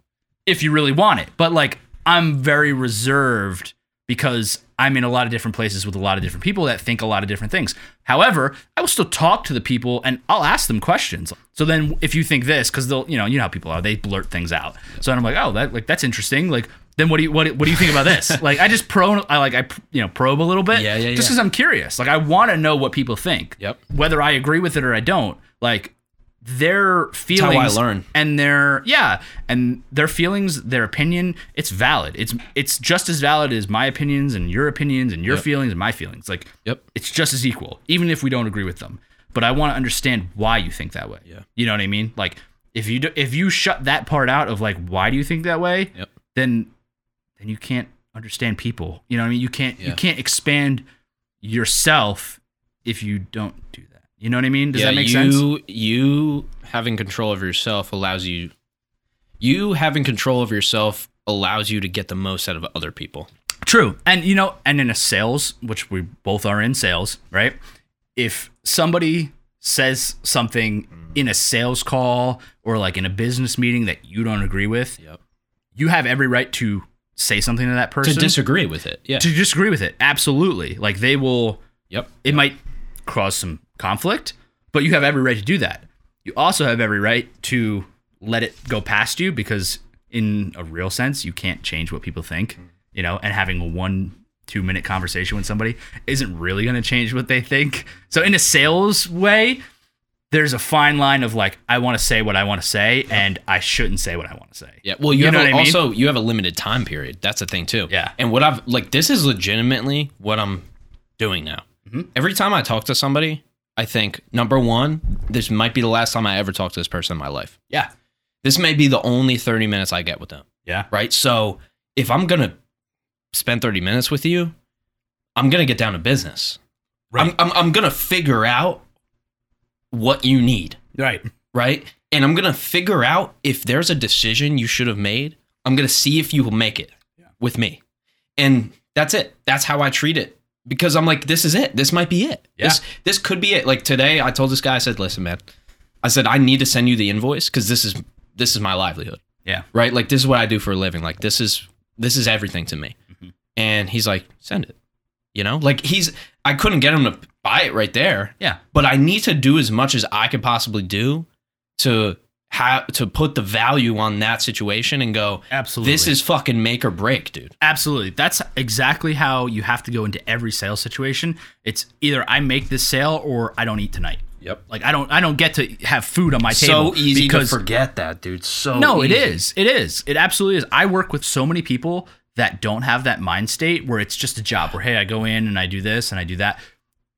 if you really want it. But like I'm very reserved because I'm in a lot of different places with a lot of different people that think a lot of different things. However, I will still talk to the people and I'll ask them questions. So then if you think this cuz they'll, you know, you know how people are, they blurt things out. So then I'm like, "Oh, that like that's interesting. Like then what do you what, do- what do you think about this?" like I just pro I like I you know, probe a little bit
Yeah, yeah,
just
yeah.
cuz I'm curious. Like I want to know what people think.
Yep.
Whether I agree with it or I don't, like their
how I
feelings
learn.
and their yeah and their feelings their opinion it's valid it's it's just as valid as my opinions and your opinions and your
Yep.
feelings and my feelings like
Yep.
it's just as equal even if we don't agree with them but i want to understand why you think that way
Yeah.
you know what i mean like if you do, if you shut that part out of like why do you think that way
Yep.
then then you can't understand people you know what i mean you can't
Yeah.
you can't expand yourself if you don't do that you know what i mean does that make sense
you, You having control of yourself allows you. You having control of yourself allows you to get the most out of other people.
True. And you know, and in a sales, which we both are in sales, right? If somebody says something
Mm.
in a sales call or like in a business meeting that you don't agree with,
Yep.
you have every right to say something to that person
To disagree with it. Yeah.
to disagree with it. Absolutely. Like they will
yep.
it might cause some conflict, but you have every right to do that. You also have every right to let it go past you because, in a real sense, you can't change what people think, you know, and having a one, two minute conversation with somebody isn't really going to change what they think. So, in a sales way, there's a fine line of like, I want to say what I want to say, and I shouldn't say what I want to say.
Yeah. Well, you,
You
have
know
a-
what I mean?
also you have a limited time period. That's a thing too.
Yeah.
And what I've like this is legitimately what I'm doing now.
Mm-hmm.
Every time I talk to somebody, I think number one, this might be the last time I ever talk to this person in my life.
Yeah.
This may be the only 30 minutes I get with them.
Yeah.
Right. So if I'm gonna spend 30 minutes with you, I'm gonna get down to business.
Right.
I'm, I'm, I'm gonna figure out what you need
Right.
right? And I'm gonna figure out if there's a decision you should have made. I'm gonna see if you will make it with me, and that's it. That's how I treat it because I'm like, this is it. This might be it.
Yeah.
This this could be it. Like today, I told this guy, I said, listen, man, I said I need to send you the invoice because this is this is my livelihood,
Yeah.
right? Like this is what I do for a living. Like this is this is everything to me.
Mm-hmm.
And he's like, send it. You know, like he's I couldn't get him to buy it right there
Yeah.
but I need to do as much as I could possibly do to have to put the value on that situation and go.
Absolutely.
This is fucking make or break, dude.
Absolutely. That's exactly how you have to go into every sales situation. It's either I make this sale or I don't eat tonight.
Yep.
Like I don't I don't get to have food on my table.
So easy
because
to forget that, dude. So
No, it
easy.
is. It is. It absolutely is. I work with so many people that don't have that mind state where it's just a job where hey, I go in and I do this and I do that.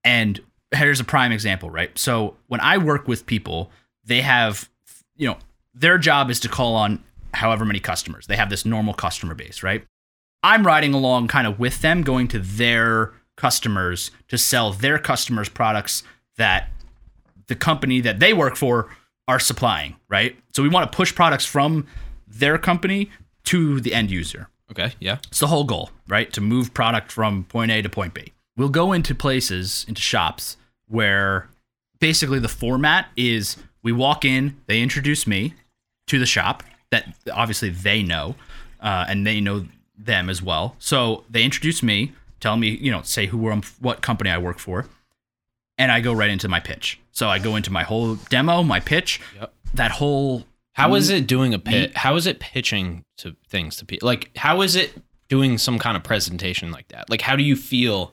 And here's a prime example, right? So when I work with people, they have, you know, their job is to call on however many customers. They have this normal customer base, right? I'm riding along kind of with them, going to their customers to sell their customers products that the company that they work for are supplying, right? So we want to push products from their company to the end user.
Okay, yeah,
It's the whole goal, right? To move product from point A to point B. We'll go into places, into shops where basically the format is we walk in, they introduce me to the shop that obviously they know, uh, and they know them as well. So they introduce me, tell me, you know, say who I'm, what company I work for, and I go right into my pitch. So I go into my whole demo, my pitch,
Yep.
that whole
How is it doing a
Mm-hmm.
pit? How is it pitching to things to people? Like, how is it doing some kind of presentation like that? Like, how do you feel?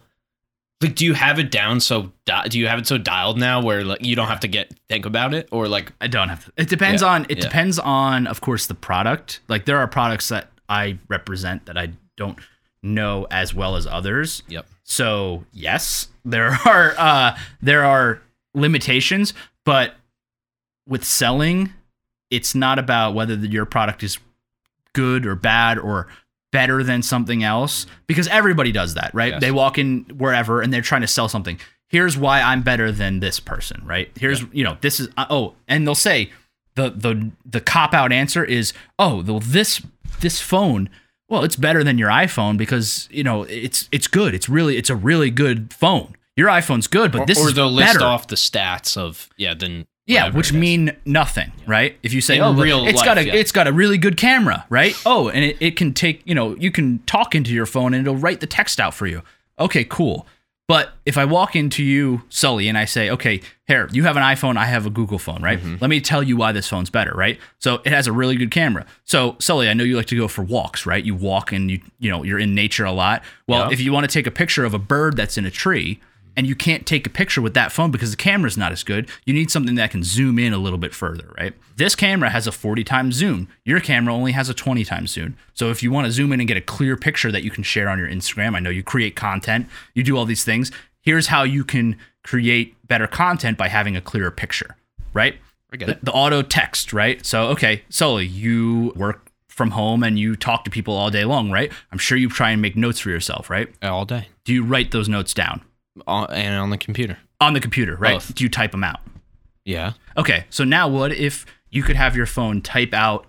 Like, do you have it down so? Di- do you have it so dialed now where like you don't have to get think about it or like?
I don't have. To, it depends
Yeah,
on. It
yeah.
depends on, of course, the product. Like there are products that I represent that I don't know as well as others.
Yep.
So yes, there are uh, there are limitations, but with selling, it's not about whether the, your product is good or bad or better than something else because everybody does that, right?
Yes.
They walk in wherever and they're trying to sell something. Here's why I'm better than this person, right? Here's you know this is uh, oh, and they'll say the the the cop out answer is oh the, this this phone well it's better than your iPhone because you know it's it's good it's really it's a really good phone your iPhone's good but this
or
is
they'll list
better.
off the stats of yeah then
Yeah,
whatever
which
it is.
mean nothing, right? If you say,
In
"Oh, but
real
it's got a
life, yeah.
it's got a really good camera," right? Oh, and it, it can take you know you can talk into your phone and it'll write the text out for you. Okay, cool. But if I walk into you, Sully, and I say, "Okay, here you have an iPhone, I have a Google phone, right?
Mm-hmm.
Let me tell you why this phone's better, right? So it has a really good camera. So Sully, I know you like to go for walks, right? You walk and you you know you're in nature a lot. Well,
Yeah.
if you want to take a picture of a bird that's in a tree." and you can't take a picture with that phone because the camera's not as good. You need something that can zoom in a little bit further, right? This camera has a 40 times zoom. Your camera only has a 20 times zoom. So if you want to zoom in and get a clear picture that you can share on your Instagram, I know you create content, you do all these things. Here's how you can create better content by having a clearer picture, right?
I get
the,
it.
the auto text, right? So, okay, Sully, you work from home and you talk to people all day long, right? I'm sure you try and make notes for yourself, right?
All day.
Do you write those notes down
On, and on the computer.
on the computer, right?
Both.
Do you type them out?
Yeah.
Okay, so now what if you could have your phone type out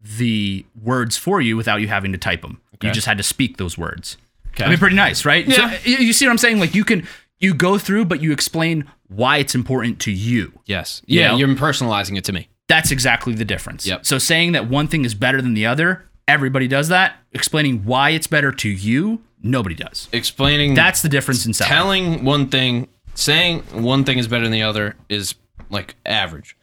the words for you without you having to type them? You
Okay.
just had to speak those words.
Okay.
I mean, pretty nice, right? So,
Yeah.
you you see what I'm saying? Like you can you go through, but you explain why it's important to you.
yes.
You
Yeah.
know?
You're personalizing it to me.
That's exactly the difference.
Yep.
So saying that one thing is better than the other, everybody does that. Explaining why it's better to you, nobody does.
Explaining
That's the difference in selling.
telling one thing, saying one thing is better than the other is like average.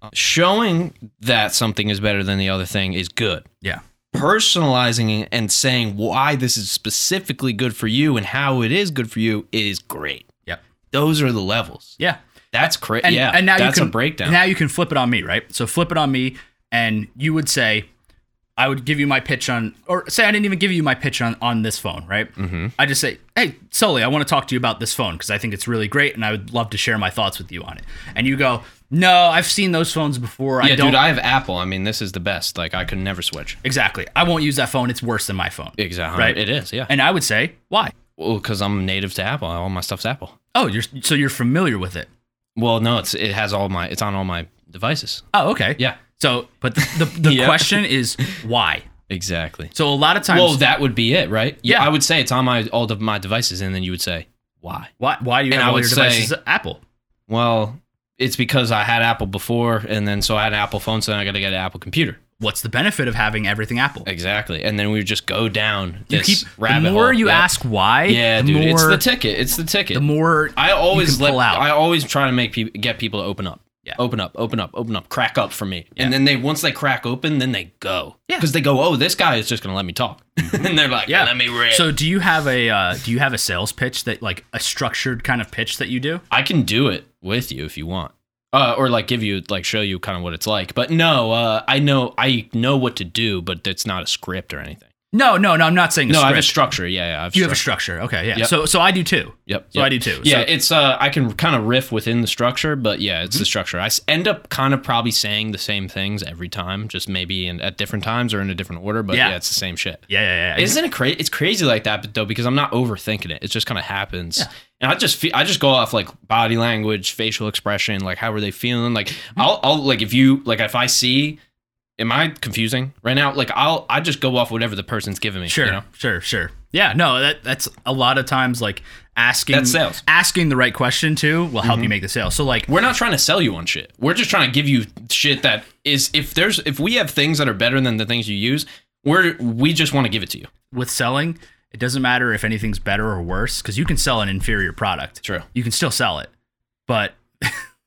Uh, Showing that something is better than the other thing is good.
Yeah.
Personalizing it and saying why this is specifically good for you and how it is good for you is great.
Yeah.
Those are the levels.
Yeah.
That's crazy.
And,
Yeah.
and now
that's
you can
a breakdown.
Now you can flip it on me, right? So flip it on me, and you would say, I would give you my pitch on, or say I didn't even give you my pitch on on this phone, right? Mm-hmm. I just say, hey, Sully, I want to talk to you about this phone because I think it's really great, and I would love to share my thoughts with you on it. And you go, no, I've seen those phones before.
yeah,
I don't
dude, I have Apple. I mean, this is the best. Like, I could never switch.
exactly. I won't use that phone. It's worse than my phone.
Exactly.
Right.
It is. Yeah.
And I would say, why?
Well, because I'm native to Apple. All my stuff's Apple.
Oh, you're so you're familiar with it.
Well, no, it's it has all my it's on all my devices.
Oh, okay.
Yeah.
So, but the the, the
Yeah.
question is why.
Exactly.
So a lot of times,
Well, that would be it, right?
Yeah.
I would say it's on my all of my devices, and then you would say why?
Why? Why do you
And I
have all
would
your
say-
devices Apple?
Well, it's because I had Apple before, and then so I had an Apple phone, so then I got to get an Apple computer.
What's the benefit of having everything Apple?
Exactly, and then we would just go down
You
this rabbit
the more
hole.
you
Yep.
ask why,
Yeah,
the
dude,
more
it's the ticket. It's the ticket.
the more
I always
can
let
pull out.
I always try to make people get people to open up.
Yeah.
Open up, open up, open up, crack up for me. And then they once they crack open, then they go.
Yeah. Mm-hmm.
Because they go, Oh, this guy is just gonna let me talk. and they're like,
yeah.
Yeah, let me rip.
So do you have a uh, do you have a sales pitch that like a structured kind of pitch that you do?
I can do it with you if you want. Uh, or like give you like show you kind of what it's like. But no, uh, I know I know what to do, but it's not a script or anything.
No, no, no. I'm not saying a
No, I have a
script.
structure. Yeah, yeah. I have
you have a
structure.
structure. Okay, yeah.
Yep.
So so I do too.
Yep.
So
yep.
I do too.
Yeah,
So-
it's uh, I can kind of riff within the structure, but yeah,
Mm-hmm.
it's the structure. I s- end up kind of probably saying the same things every time, just maybe in at different times or in a different order. But
Yeah.
yeah, it's the same shit.
Yeah, yeah, yeah.
Isn't it crazy? It's crazy like that, but though, because I'm not overthinking it. It just kind of happens, and I just feel, I just go off like body language, facial expression, like how are they feeling? Like
Mm-hmm.
I'll I'll like if you like if I see, am I confusing right now? Like I'll I just go off whatever the person's giving me. you
Sure,
know?
sure, sure. Yeah, no, that that's a lot of times like asking
That's sales. Mm-hmm.
asking the right question too will help you make the sale. So like
we're not trying to sell you on shit. We're just trying to give you shit that is if there's if we have things that are better than the things you use, we're we just want to give it to you.
with selling, it doesn't matter if anything's better or worse because you can sell an inferior product.
True.
You can still sell it, but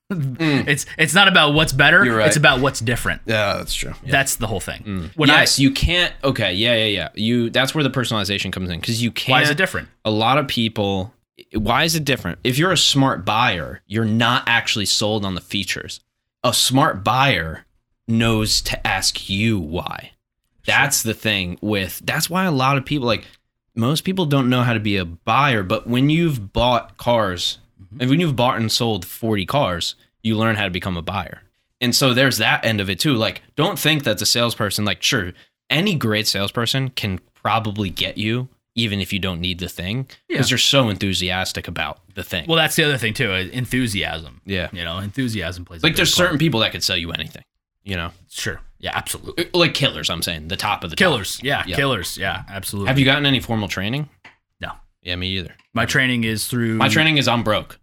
it's it's not about what's better.
Hmm. You're right.
It's about what's different.
Yeah, that's true.
That's the whole thing. When
yes, you can't. Okay, yeah, yeah, yeah. You that's where the personalization comes in because you
I,
can't.
why is it different?
A lot of people. Why is it different? If you're a smart buyer, you're not actually sold on the features. A smart buyer knows to ask you why. That's the thing with that's why a lot of people like most people don't know how to be a buyer, but when you've bought cars
Mm-hmm.
and when you've bought and sold 40 cars, you learn how to become a buyer. And so there's that end of it too. Like, don't think that the salesperson, like, sure, any great salesperson can probably get you even if you don't need the thing because you're so enthusiastic about the thing.
Well, that's the other thing too. is Enthusiasm.
yeah.
You know, enthusiasm plays a
Like,
big
there's
part.
certain people that could sell you anything, you know,
sure. Yeah, absolutely.
like killers, I'm saying, the top of the top.
Killers. Yeah,
Yeah.
killers. Yeah, absolutely.
Have you gotten any formal training?
No. Mm-hmm.
Yeah, me either.
My training is through
My training is I'm broke.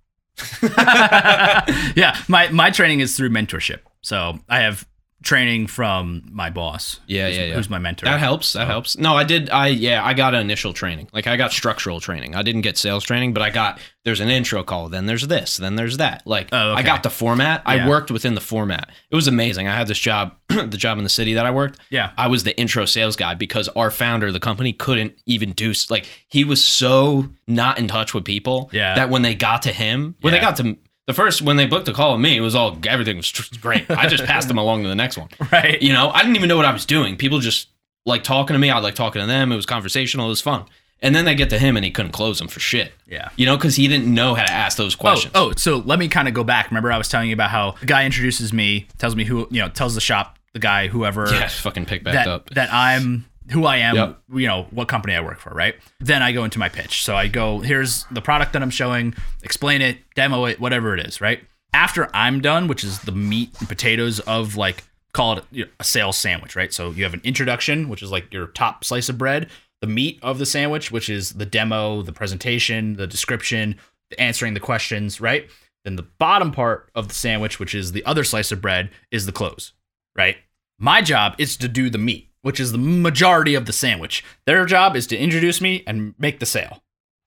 yeah, my my training is through mentorship. So I have training from my boss.
Yeah,
who's,
yeah, yeah.
Who's my mentor? Oh.
That helps. That helps. No, I did. I yeah, I got initial training. Like I got structural training. I didn't get sales training, but I got there's an intro call. Then there's this. Then there's that. Like
Oh,
I
okay.
got the format.
Yeah.
I worked within the format. It was amazing. I had this job, the job in the city that I worked.
Yeah.
I was the intro sales guy because our founder, of the company, couldn't even do s- like he was so not in touch with people.
Yeah.
That when they got to him, when they
Yeah.
got to. The first when they booked a call with me, it was all everything was tr- great. I just passed them along to the next one
Right.
you know, I didn't even know what I was doing. People just like talking to me. I like talking to them. It was conversational. It was fun. And then they get to him and he couldn't close them for shit.
Yeah.
You know, because he didn't know how to ask those questions.
Oh, oh, so let me kind of go back. Remember, I was telling you about how the guy introduces me, tells me who, you know, tells the shop, the guy, whoever,
yeah. Fucking pick back
that,
up.
that I'm who I am,
Yep.
you know, what company I work for, right? Then I go into my pitch. So I go, here's the product that I'm showing, explain it, demo it, whatever it is, right? After I'm done, which is the meat and potatoes of like, call it you know, a sales sandwich, right? So you have an introduction, which is like your top slice of bread, the meat of the sandwich, which is the demo, the presentation, the description, the answering the questions, right? Then the bottom part of the sandwich, which is the other slice of bread, is the close, right? My job is to do the meat, which is the majority of the sandwich. Their job is to introduce me and make the sale,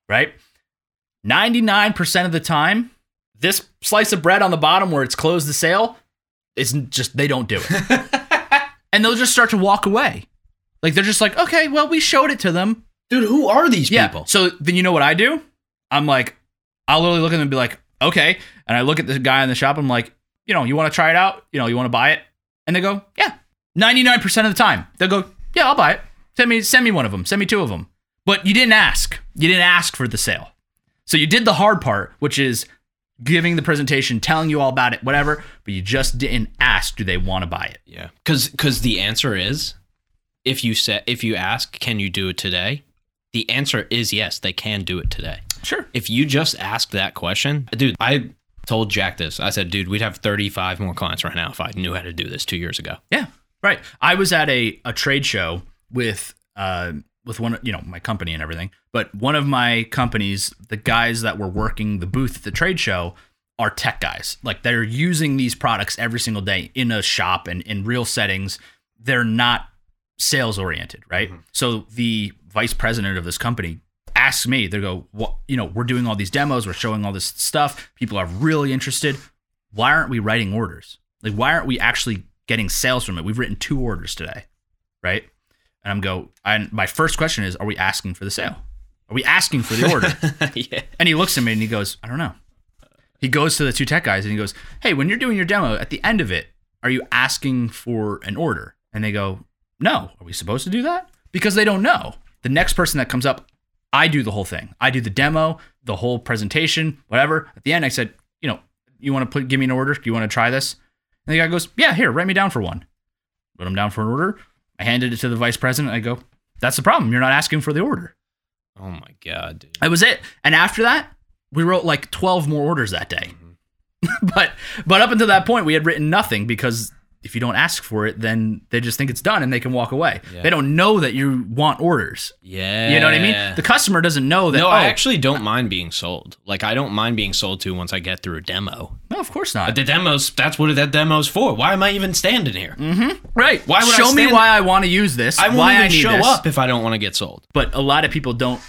right? 99% of the time, this slice of bread on the bottom where it's closed the sale is just, they don't do it. and they'll just start to walk away. Like they're just like, okay, well, we showed it to them.
Dude, who are these
Yeah.
people?
So then you know what I do? I'm like, I'll literally look at them and be like, okay. And I look at the guy in the shop. I'm like, you know, you want to try it out? You know, you want to buy it? And they go, yeah. 99% of the time, they'll go, yeah, I'll buy it. Send me, send me one of them. Send me two of them. But you didn't ask. You didn't ask for the sale. So you did the hard part, which is giving the presentation, telling you all about it, whatever. But you just didn't ask, do they want to buy it?
Yeah. Because the answer is, if you say if you ask, can you do it today? The answer is yes. They can do it today.
Sure.
If you just ask that question, dude, I told Jack this. I said, dude, we'd have 35 more clients right now if I knew how to do this two years ago.
Yeah, right. I was at a, a trade show with uh with one you know my company and everything, but one of my companies, the guys that were working the booth at the trade show are tech guys. Like they're using these products every single day in a shop and in real settings. They're not sales oriented, right? So the vice president of this company asks me, they go, "What? You know, we're doing all these demos, we're showing all this stuff. People are really interested. Why aren't we writing orders? Like, why aren't we actually getting sales from it? We've written two orders today, right?" And I'm go, and my first question is, "Are we asking for the sale? Are we asking for the order?"
yeah.
And he looks at me and he goes, I don't know. He goes to the two tech guys and he goes, Hey, when you're doing your demo, at the end of it, are you asking for an order? And they go, No. Are we supposed to do that? Because they don't know. The next person that comes up, I do the whole thing. I do the demo, the whole presentation, whatever. At the end, I said, You know, you want to put, give me an order? Do you want to try this? And the guy goes, Yeah, here, write me down for one. Put him down for an order. I handed it to the vice president. I go, That's the problem. You're not asking for the order.
Oh my god, dude.
That was it. And after that, we wrote like 12 more orders that day.
Mm-hmm.
but but up until that point, we had written nothing because if you don't ask for it, then they just think it's done and they can walk away.
Yeah.
They don't know that you want orders.
Yeah.
You know what I mean? The customer doesn't know that.
no,
oh,
I actually don't mind being sold. Like I don't mind being sold to once I get through a demo. Uh,
no, of course not.
The demo's that's what that demo's for. Why am I even standing here?
right?
Why would I
show me
stand-
why I want to use this?
I won't
Mm-hmm. why
even
I need
show
this.
up if I don't want to get sold.
But a lot of people don't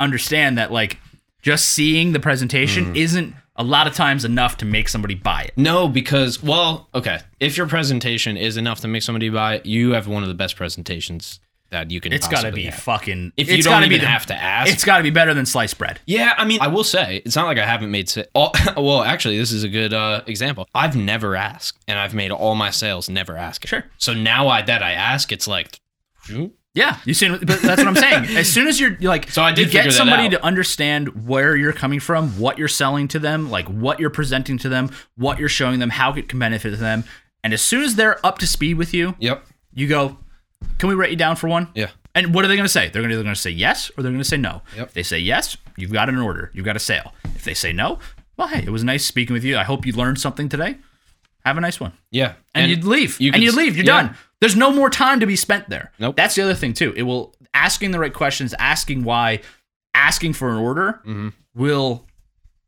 understand that. Like just seeing the presentation
Mm.
isn't a lot of times enough to make somebody buy it.
No, because well, okay. If your presentation is enough to make somebody buy it, you have one of the best presentations that you can
It's got to
possibly
be
have.
fucking.
If you
it's
don't
gotta be
even
the-
have to ask.
It's got to be better than sliced bread.
Yeah, I mean, I will say it's not like I haven't made. Sa- all, well, actually, this is a good uh, example. I've never asked, and I've made all my sales never asking.
Sure.
So now I that I ask, it's like, hmm?
Yeah, you see, but that's what I'm saying. As soon as you're like,
So I did
you get
figure that
somebody
out.
to understand where you're coming from, what you're selling to them, like what you're presenting to them, what you're showing them, how it can benefit them, and as soon as they're up to speed with you,
yep,
you go, "Can we write you down for one?"
yeah,
And what are they going to say? They're going to either going to say yes or they're going to say no.
Yep.
If they say yes, you've got an order, you've got a sale. If they say no, well, hey, it was nice speaking with you. I hope you learned something today. Have a nice one
yeah.
and, you'd leave.
you
and
could
you'd
s-
leave. You're
yeah.
done. There's no more time to be spent there.
Nope.
That's the other thing too. It will asking the right questions, asking why, asking for an order
Mm-hmm.
will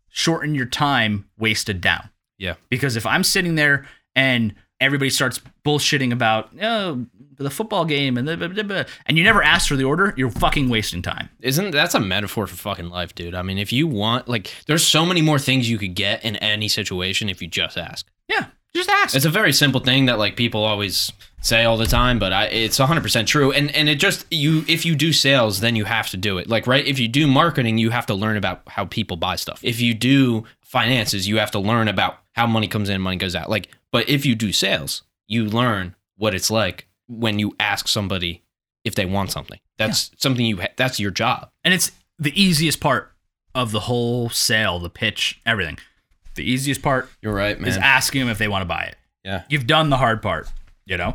shorten your time wasted down.
Yeah.
Because if I'm sitting there and everybody starts bullshitting about oh, the football game and the, blah, blah, blah," and you never ask for the order, you're fucking wasting time.
Isn't that's a metaphor for fucking life, dude? I mean, if you want, like, there's so many more things you could get in any situation if you just ask.
Yeah, just ask.
It's a very simple thing that like people always say all the time, but I, it's 100% true. And and it just you if you do sales, then you have to do it. Like right, if you do marketing, you have to learn about how people buy stuff. If you do finances, you have to learn about how money comes in, money goes out. Like, but if you do sales, you learn what it's like when you ask somebody if they want something. That's something you ha- that's your job.
and it's the easiest part of the whole sale, the pitch, everything. The easiest part
You're right,
is asking them if they want to buy it.
Yeah.
You've done the hard part, you know?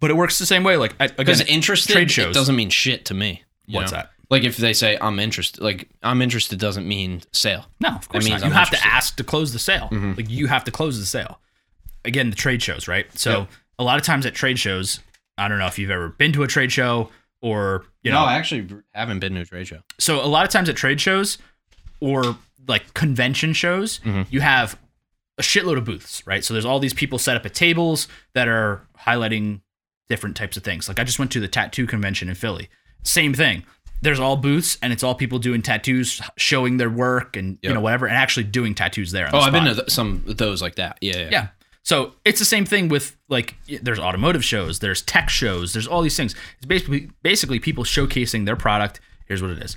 But it works the same way. Like, I,
Because
again,
interested
trade
it
shows.
doesn't mean shit to me. you
What's
know?
that?
Like if they say I'm interested, like I'm interested doesn't mean sale.
No, of course
means
not. You
I'm
have to
interested. Mm-hmm.
ask to close the sale. Like you have to close the sale. Again, the trade shows, right? So a lot of times at trade shows, I don't know if you've ever been to a trade show or you know.
no, I actually haven't been to a trade show.
so a lot of times at trade shows or like convention shows,
Mm-hmm.
you have a shitload of booths, right? So there's all these people set up at tables that are highlighting different types of things. Like I just went to the tattoo convention in Philly. Same thing. There's all booths and it's all people doing tattoos, showing their work and you
Yeah.
know whatever, and actually doing tattoos there. on
Oh,
the
I've been
spot.
to th- some of those like that. Yeah, yeah.
Yeah. So it's the same thing with like y- there's automotive shows, there's tech shows, there's all these things. It's basically basically people showcasing their product. Here's what it is.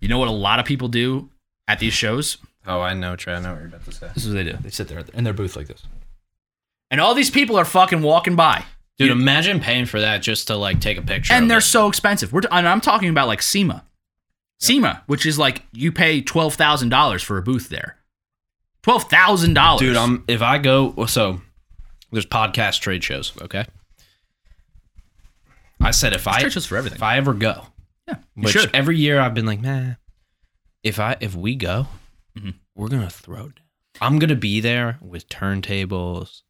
You know what a lot of people do at these shows?
Oh, I know, Trey. I know what you're about to say,
This is what they do.
They sit there in their booth like this.
And all these people are fucking walking by.
dude. Imagine paying for that just to like take a picture.
and
of
they're
it.
so expensive. We're t- and I'm talking about like SEMA. SEMA, which is like you pay $12,000 for a booth there. $12,000.
dude. I'm if I go well, so there's podcast trade shows. Okay, I said if I
trade shows for everything.
If I ever go,
yeah. You
which
should.
every year I've been like, man, if I if we go,
Mm-hmm.
we're gonna throw. Down. I'm gonna be there with turntables,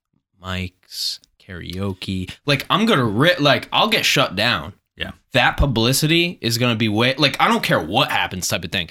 mics, karaoke. Like I'm gonna rip. Like I'll get shut down.
Yeah.
that publicity is gonna be way. Like I don't care what happens, type of thing.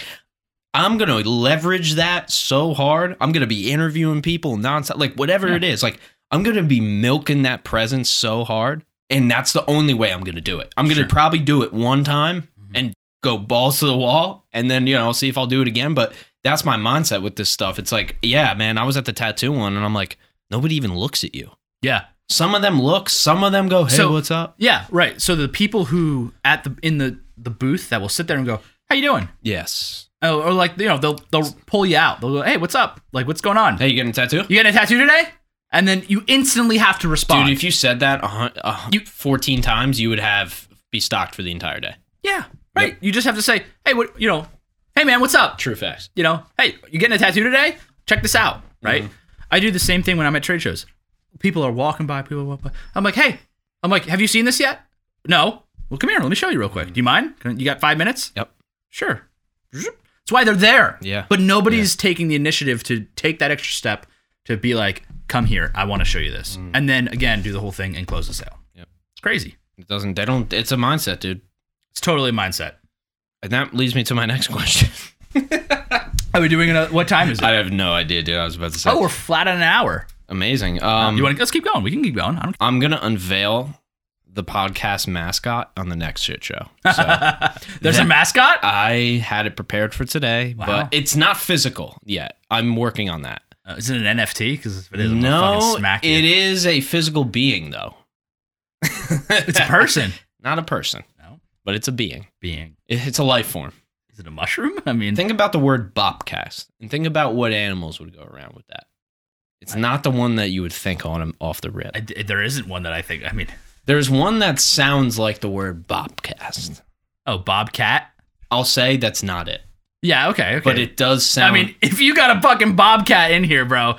I'm gonna leverage that so hard. I'm gonna be interviewing people nonstop, like whatever it is. Like I'm gonna be milking that presence so hard, and that's the only way I'm gonna do it. I'm gonna probably do it one time and go balls to the wall, and then you know see if I'll do it again. But that's my mindset with this stuff. It's like, yeah, man, I was at the tattoo one, and I'm like, nobody even looks at you.
yeah.
Some of them look, some of them go, hey,
So-
what's up?
Yeah, right. So the people who at the in the the booth that will sit there and go, "How you doing?"
Yes.
Oh, or like you know they'll they'll pull you out. They'll go, "Hey, what's up? Like, what's going on?
Hey, you getting a tattoo?
You getting a tattoo today?" And then you instantly have to respond.
Dude, if you said that a hun- a hun- 14 times, you would have be stocked for the entire day.
yeah, right. You just have to say, "Hey, what you know? Hey, man, what's up?
True facts.
You know, hey, you getting a tattoo today? Check this out." Right.
Mm-hmm.
I do the same thing when I'm at trade shows. People are walking by. People walk by. I'm like, "Hey," I'm like, "Have you seen this yet?" No. Well, come here. Let me show you real
Mm-hmm.
quick. Do you mind? Can- You got five minutes?
Yep.
Sure. That's why they're there.
Yeah.
But nobody's taking the initiative to take that extra step to be like, come here, I want to show you this. And then again, do the whole thing and close the sale.
Mm. Yep.
It's crazy.
It doesn't, they don't, it's a mindset, dude.
It's totally a mindset.
And that leads me to my next question.
Are we doing another, what time is
I
it?
have no idea, dude. I was about to say.
Oh, we're flat on an hour.
amazing. Um,
you want to, let's keep going. We can keep going. I don't
I'm going to unveil the podcast mascot on the next shit show. So
There's a
That-
mascot?
I had it prepared for today,
Wow.
but it's not physical yet. I'm working on that.
Uh, is it an NFT? Because if it is, I'm gonna
No,
fucking smack you.
it is a physical being, though.
It's a person.
Not a person,
no.
but it's a being.
Being.
It- It's a life form.
Is it a mushroom? I mean,
Think about the word bobcast and think about what animals would go around with that. It's not the one that you would think on 'em off the rip.
I d there isn't one that I think. I mean,
There's one that sounds like the word bobcast.
oh, Bobcat?
I'll say that's not it,
Yeah, okay, okay.
but it does
I
sound.
mean, if you got a fucking bobcat in here, bro,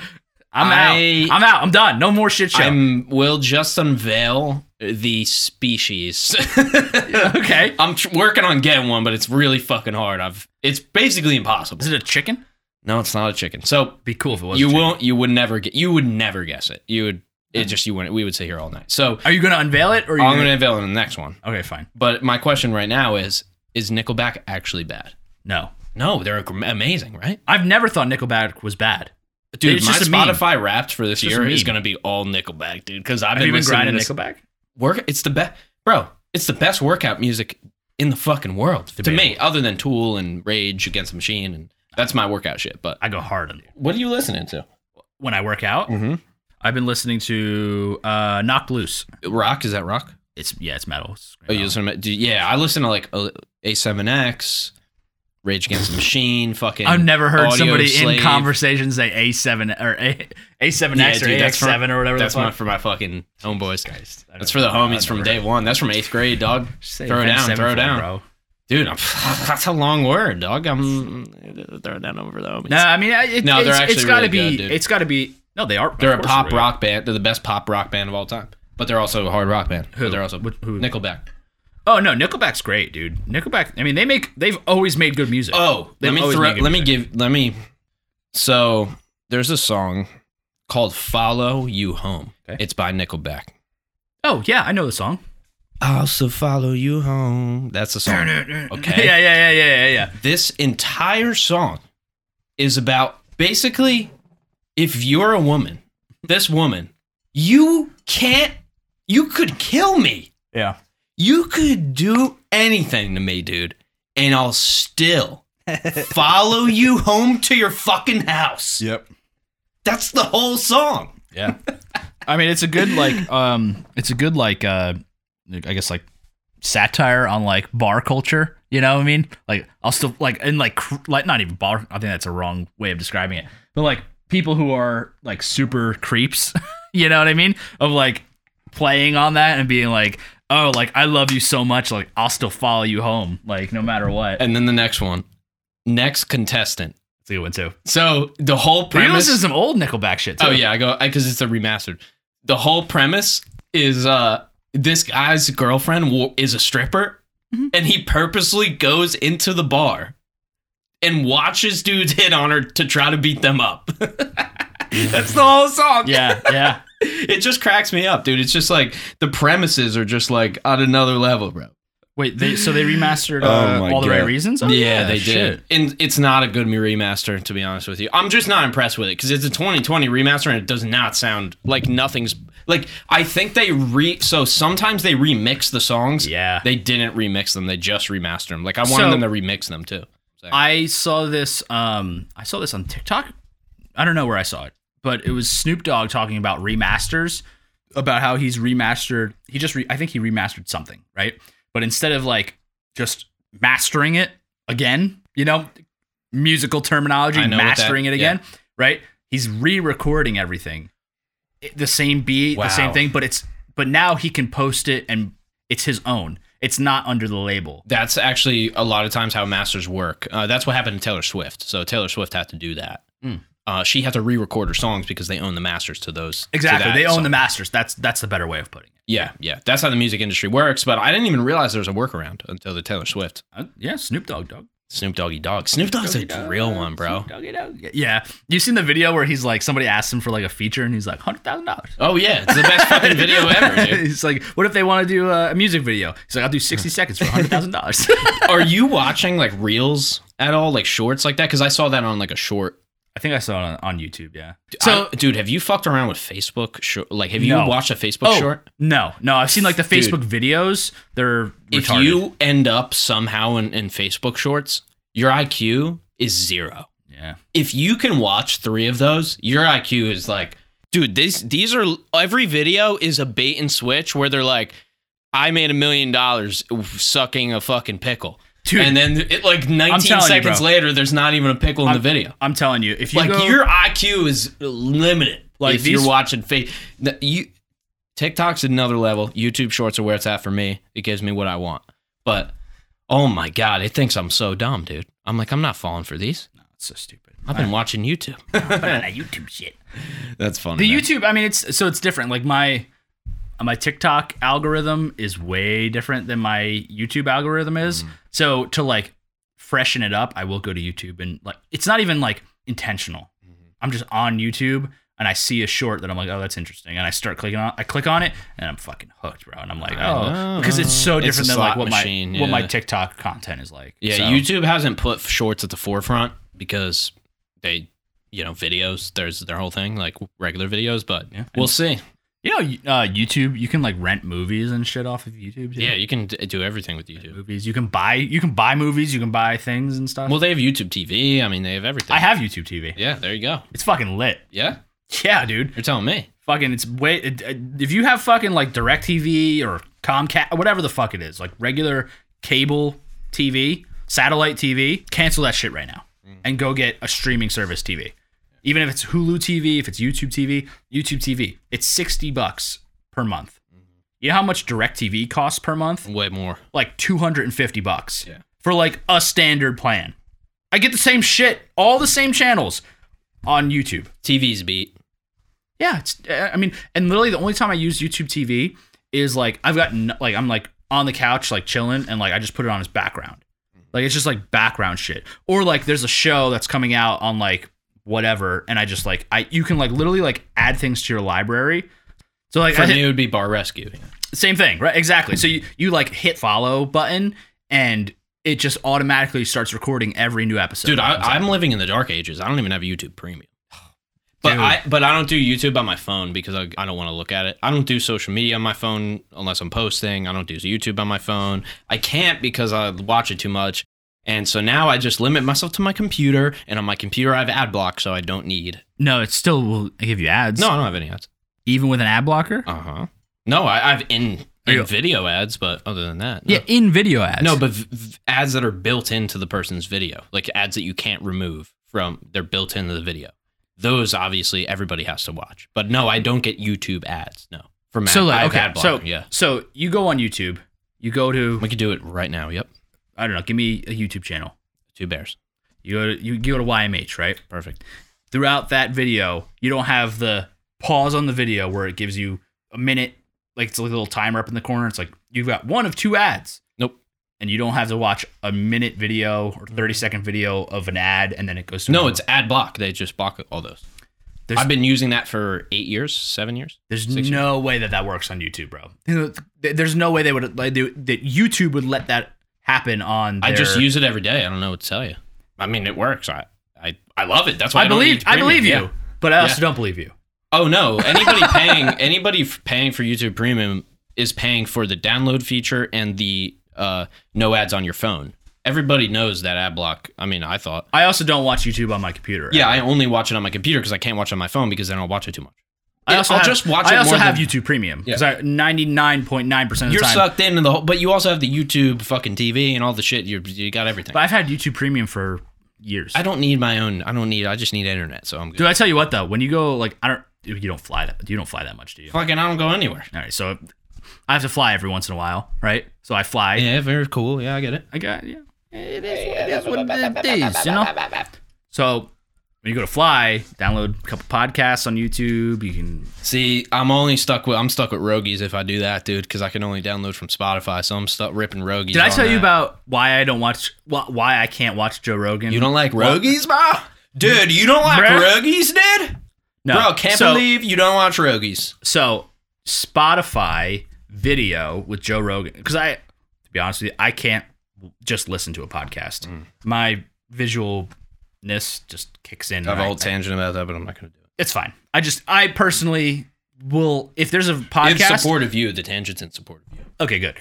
I'm
I-
out. I'm out. I'm done. No more shit show.
I'm will just unveil the species.
okay.
I'm tr- working on getting one, but it's really fucking hard. I've it's basically impossible.
Is it a chicken?
No, it's not a chicken. So
Be cool if it was.
you
a chicken. Mm.
won't. You would never get. You would never guess it. You would. It just you wouldn't. We would sit here all night. So
Are you gonna unveil it or are you?
I'm gonna unveil it in the next one.
Okay, fine.
But my question right now is: Is Nickelback actually bad?
No,
No, they're am- amazing, right?
I've never thought Nickelback was bad.
Dude,
It's
my
just a meme.
Spotify Wrapped for this
It's just
year
a
is
meme.
gonna be all Nickelback, dude. Because I've
Have you
been
been
listening to
grinding
this-
Nickelback?
work. It's the best, bro. It's the best workout music in the fucking world to me, other than Tool and Rage Against the Machine, and that's my workout shit. But
I go hard on you.
what are you listening to?
When I work out,
Mm-hmm.
I've been listening to uh, Knocked Loose.
Rock is that rock?
It's yeah, it's metal. It's
Oh, you listen to do- yeah? I listen to like uh, A7X, Rage Against the Machine, fucking.
I've never heard
Audio
somebody
Slave.
in conversation say A7 or A, A7X
Yeah,
or
dude, that's
AX7 or whatever
That's
the
my,
fuck.
for my fucking homeboys.
Christ, I
That's for
don't
the
know.
homies
I've
from
never
day
heard-
one. That's from eighth grade, dog.
Say
throw down,
A7
throw
for it,
down.
bro.
Dude, I'm, that's a long word, dog. I'm throwing that over the homies.
No, I mean, I- it,
No, they're
it's, it's
actually
gotta
really
be,
good, dude.
it's gotta be. No, they are. of
They're a
course
pop
they're
rock band. They're the best pop rock band of all time. But they're also a hard rock band. But They're also
Which- who?
Nickelback.
Oh no, Nickelback's great, dude. Nickelback. I mean, they make. They've always made good music.
Oh,
They've
let me
always
throw,
made good
let me
music.
give let me. So there's a song called "Follow You Home."
Okay.
It's by Nickelback.
Oh yeah, I know the song.
I'll so follow you home. That's the song. Okay.
yeah, yeah, yeah, yeah, yeah, yeah.
This entire song is about basically if you're a woman, this woman, you can't, you could kill me.
Yeah.
You could do anything to me, dude, and I'll still follow you home to your fucking house.
Yep.
That's the whole song.
Yeah. I mean, it's a good like. Um, it's a good like. Uh, I guess like satire on like bar culture. You know what I mean? Like I'll still like and like cr- like not even bar. I think that's a wrong way of describing it. But like people who are like super creeps. you know what I mean? Of like playing on that and being like, oh, like I love you so much. Like I'll still follow you home. Like no matter what.
And then the next one, next contestant.
It's a good one too.
So the whole
But you
premise.
listen to some old Nickelback shit too.
Oh yeah, I go because it's a remastered. The whole premise is uh this guy's girlfriend wa- is a stripper, and he purposely goes into the bar and watches dudes hit on her to try to beat them up. That's the whole song.
Yeah, yeah.
it just cracks me up, dude. It's just like the premises are just like on another level, bro.
Wait, they, so they remastered
Oh
uh,
my
all the
God.
right reasons? Oh,
yeah, they
shit.
did. And it's not a good remaster, to be honest with you. I'm just not impressed with it because it's a 2020 remaster and it does not sound like nothing's. Like, I think they re. So sometimes they remix the songs.
Yeah.
They didn't remix them, they just remaster them. Like, I wanted
So-
them to remix them too. So-
I saw this. Um, I saw this on TikTok. I don't know where I saw it, but it was Snoop Dogg talking about remasters, about how he's remastered. He just, re, I think he remastered something, right? But instead of like just mastering it again, you know, musical terminology,
I know what that-
mastering it again, right? He's re-recording everything, It- the same beat, the same
Wow.
thing, but it's but now he can post it and it's his own. It's not under the label.
that's actually a lot of times how masters work. Uh, that's what happened to Taylor Swift. So Taylor Swift had to do that.
Mm.
Uh, she had to re-record her songs because they own the masters to those. to
Exactly.
that
They own
song.
the masters. That's that's the better way of putting it.
Yeah, yeah. That's how the music industry works. But I didn't even realize there was a workaround until the Taylor Swift.
Uh, yeah, Snoop Dogg dog.
Snoop Doggy Dogg. Snoop Dogg's a real one, bro.
Yeah. You seen the video where he's like somebody asked him for like a feature and he's like hundred thousand dollars.
Oh yeah, it's the best fucking video ever, dude.
He's like, what if they want to do uh, a music video? He's like, I'll do sixty seconds for hundred thousand dollars.
Are you watching like reels at all, like shorts like that? Because I saw that on like a short.
I think I saw it on, on YouTube. Yeah.
So, dude, have you fucked around with Facebook? Short? Like, have you
No.
watched a Facebook
oh
short?
no, no, I've seen like the Facebook videos. They're
If
retarded.
you end up somehow in, in Facebook shorts, your IQ is zero.
yeah.
if you can watch three of those, your IQ is like, dude, these these are every video is a bait and switch where they're like, I made a million dollars sucking a fucking pickle.
Dude.
and then it like 19
telling you,
seconds
bro.
later, there's not even a pickle in
I'm-
the video.
I'm telling you, if you
Like
go,
your IQ is limited. Like
Like,
if
these-
you're watching face, you TikTok's at another level. YouTube Shorts are where it's at for me. It gives me what I want. But oh my god, it thinks I'm so dumb, dude. I'm like, I'm not falling for these.
so stupid.
I've been watching YouTube.
that YouTube shit.
That's funny.
The
man.
YouTube, I mean, it's so it's different. Like my my TikTok algorithm is way different than my YouTube algorithm is.
Mm-hmm.
So to like freshen it up, I will go to YouTube and like it's not even like intentional.
Mm-hmm.
I'm just on YouTube and I see a short that I'm like, oh, that's interesting, and I start clicking on. I click on it and I'm fucking hooked, bro. And I'm like,
know.
oh, because it's so
It's a
different than like
slot
what
machine,
my what my
yeah.
TikTok content is like.
Yeah,
So-
YouTube hasn't put shorts at the forefront because they you know videos. There's their whole thing, like regular videos. But we'll see.
You know, uh, YouTube. You can like rent movies and shit off of YouTube. too?
Yeah, you can d- do everything with YouTube.
movies. You can buy. You can buy movies. You can buy things and stuff.
Well, they have YouTube TV. I mean, they have everything.
I have YouTube TV.
Yeah, there you go.
It's fucking lit.
Yeah,
Yeah, dude.
you're telling me.
Fucking, it's way. It, it- if you have fucking like DirecTV or Comcast, whatever the fuck it is, like regular cable TV, satellite TV, cancel that shit right now and go get a streaming service TV. Even if it's Hulu TV, if it's YouTube TV, YouTube TV, it's sixty bucks per month. You know how much DirecTV costs per month?
Way more.
like 250 bucks
Yeah.
for like a standard plan. I get the same shit, all the same channels on YouTube.
TV's beat.
Yeah, it's uh, I mean, and literally the only time I use YouTube TV is like I've got n- like I'm like on the couch like chilling and like I just put it on as background.
Mm-hmm.
Like it's just like background shit. Or like there's a show that's coming out on like whatever and I just like I you can like literally like add things to your library. So like
For
I hit-
me, it would be Bar Rescue.
same thing right exactly so you, you like hit follow button and it just automatically starts recording every new episode
Dude,
Exactly.
I, I'm living in the dark ages. I don't even have YouTube Premium. But
Dude.
I but I don't do YouTube on my phone because I, I don't want to look at it. I don't do social media on my phone unless I'm posting. I don't do YouTube on my phone. I can't because I watch it too much. And so now I just limit myself to my computer, and on my computer I have ad block, so I don't need.
no it still will give you ads
No, I don't have any ads.
even with an ad blocker
Uh huh. No, I, I have in,
Yeah.
in video ads, but other than that, no.
yeah in video ads
No, but v- v- ads that are built into the person's video, like ads that you can't remove from, they're built into the video. Those obviously everybody has to watch. But no, I don't get YouTube ads. No, from ad,
so
I
like
have
okay
ad
so
blocker, yeah,
so you go on youtube you go to
we could do it right now. Yep,
i don't know give me a youtube channel
two bears,
you go to, you go to ymh right
perfect.
throughout that video, you don't have the pause on the video where it gives you a minute, like it's a little timer up in the corner. It's like you've got one of two ads.
Nope. Mm-hmm.
And you don't have to watch a minute video or 30 second video of an ad and then it goes to
No,
another-
it's ad block. They just block all those.
There's-
I've been using that for eight years, seven years.
there's
six
no way that that works on YouTube, bro. You know, th- There's no way they would like, they- that YouTube would let that happen on
I just
their-
use it every day. I don't know what to tell you. I mean, it works. I I, I love it. That's why I,
I
don't
believe
need
I
E premium.
believe you,
Yeah.
but I also
Yeah.
don't believe you.
Oh no! Anybody paying anybody f- paying for YouTube Premium is paying for the download feature and the uh, no ads on your phone. Everybody knows that ad block. I mean, I thought.
I also don't watch YouTube on my computer.
Yeah, I only watch it on my computer because I can't watch it on my phone because then I'll watch it too much.
I also
I'll
have,
just watch
I
it
also
more
have
than-
YouTube Premium because
Yeah.
I 99.9% of the
You're
time
sucked into the whole, but you also have the YouTube fucking TV and all the shit. You you got everything.
But I've had YouTube Premium for years.
I don't need my own. I don't need. I just need internet, so I'm good.
Dude, I tell you what though, when you go like I don't, you don't fly that, you don't fly that much, do you?
fucking, I don't go anywhere.
All right, so I have to fly every once in a while, right? So I fly.
Yeah, very cool. Yeah, I get it.
I got yeah. It is, what- it is what it is, you know. So when you go to fly, download a couple podcasts on YouTube. You can
See, I'm only stuck with I'm stuck with Rogies if I do that, dude, because I can only download from Spotify. So I'm stuck ripping Rogies.
Did
on
I tell you
that.
about why I don't watch wh- why I can't watch Joe Rogan?
You don't like Rogies, bro? Dude, you don't like
Bruh.
Rogies, dude?
no.
Bro, can't
So-
believe you don't watch Rogies.
so Spotify video with Joe Rogan because I, to be honest with you, I can't just listen to a podcast. My visualness just kicks in.
I have a
and I-
whole tangent about that, but I'm not gonna do it.
it's fine. I just I personally will if there's a
It's
podcast.
support of you. The tangent's in support of you.
okay, good.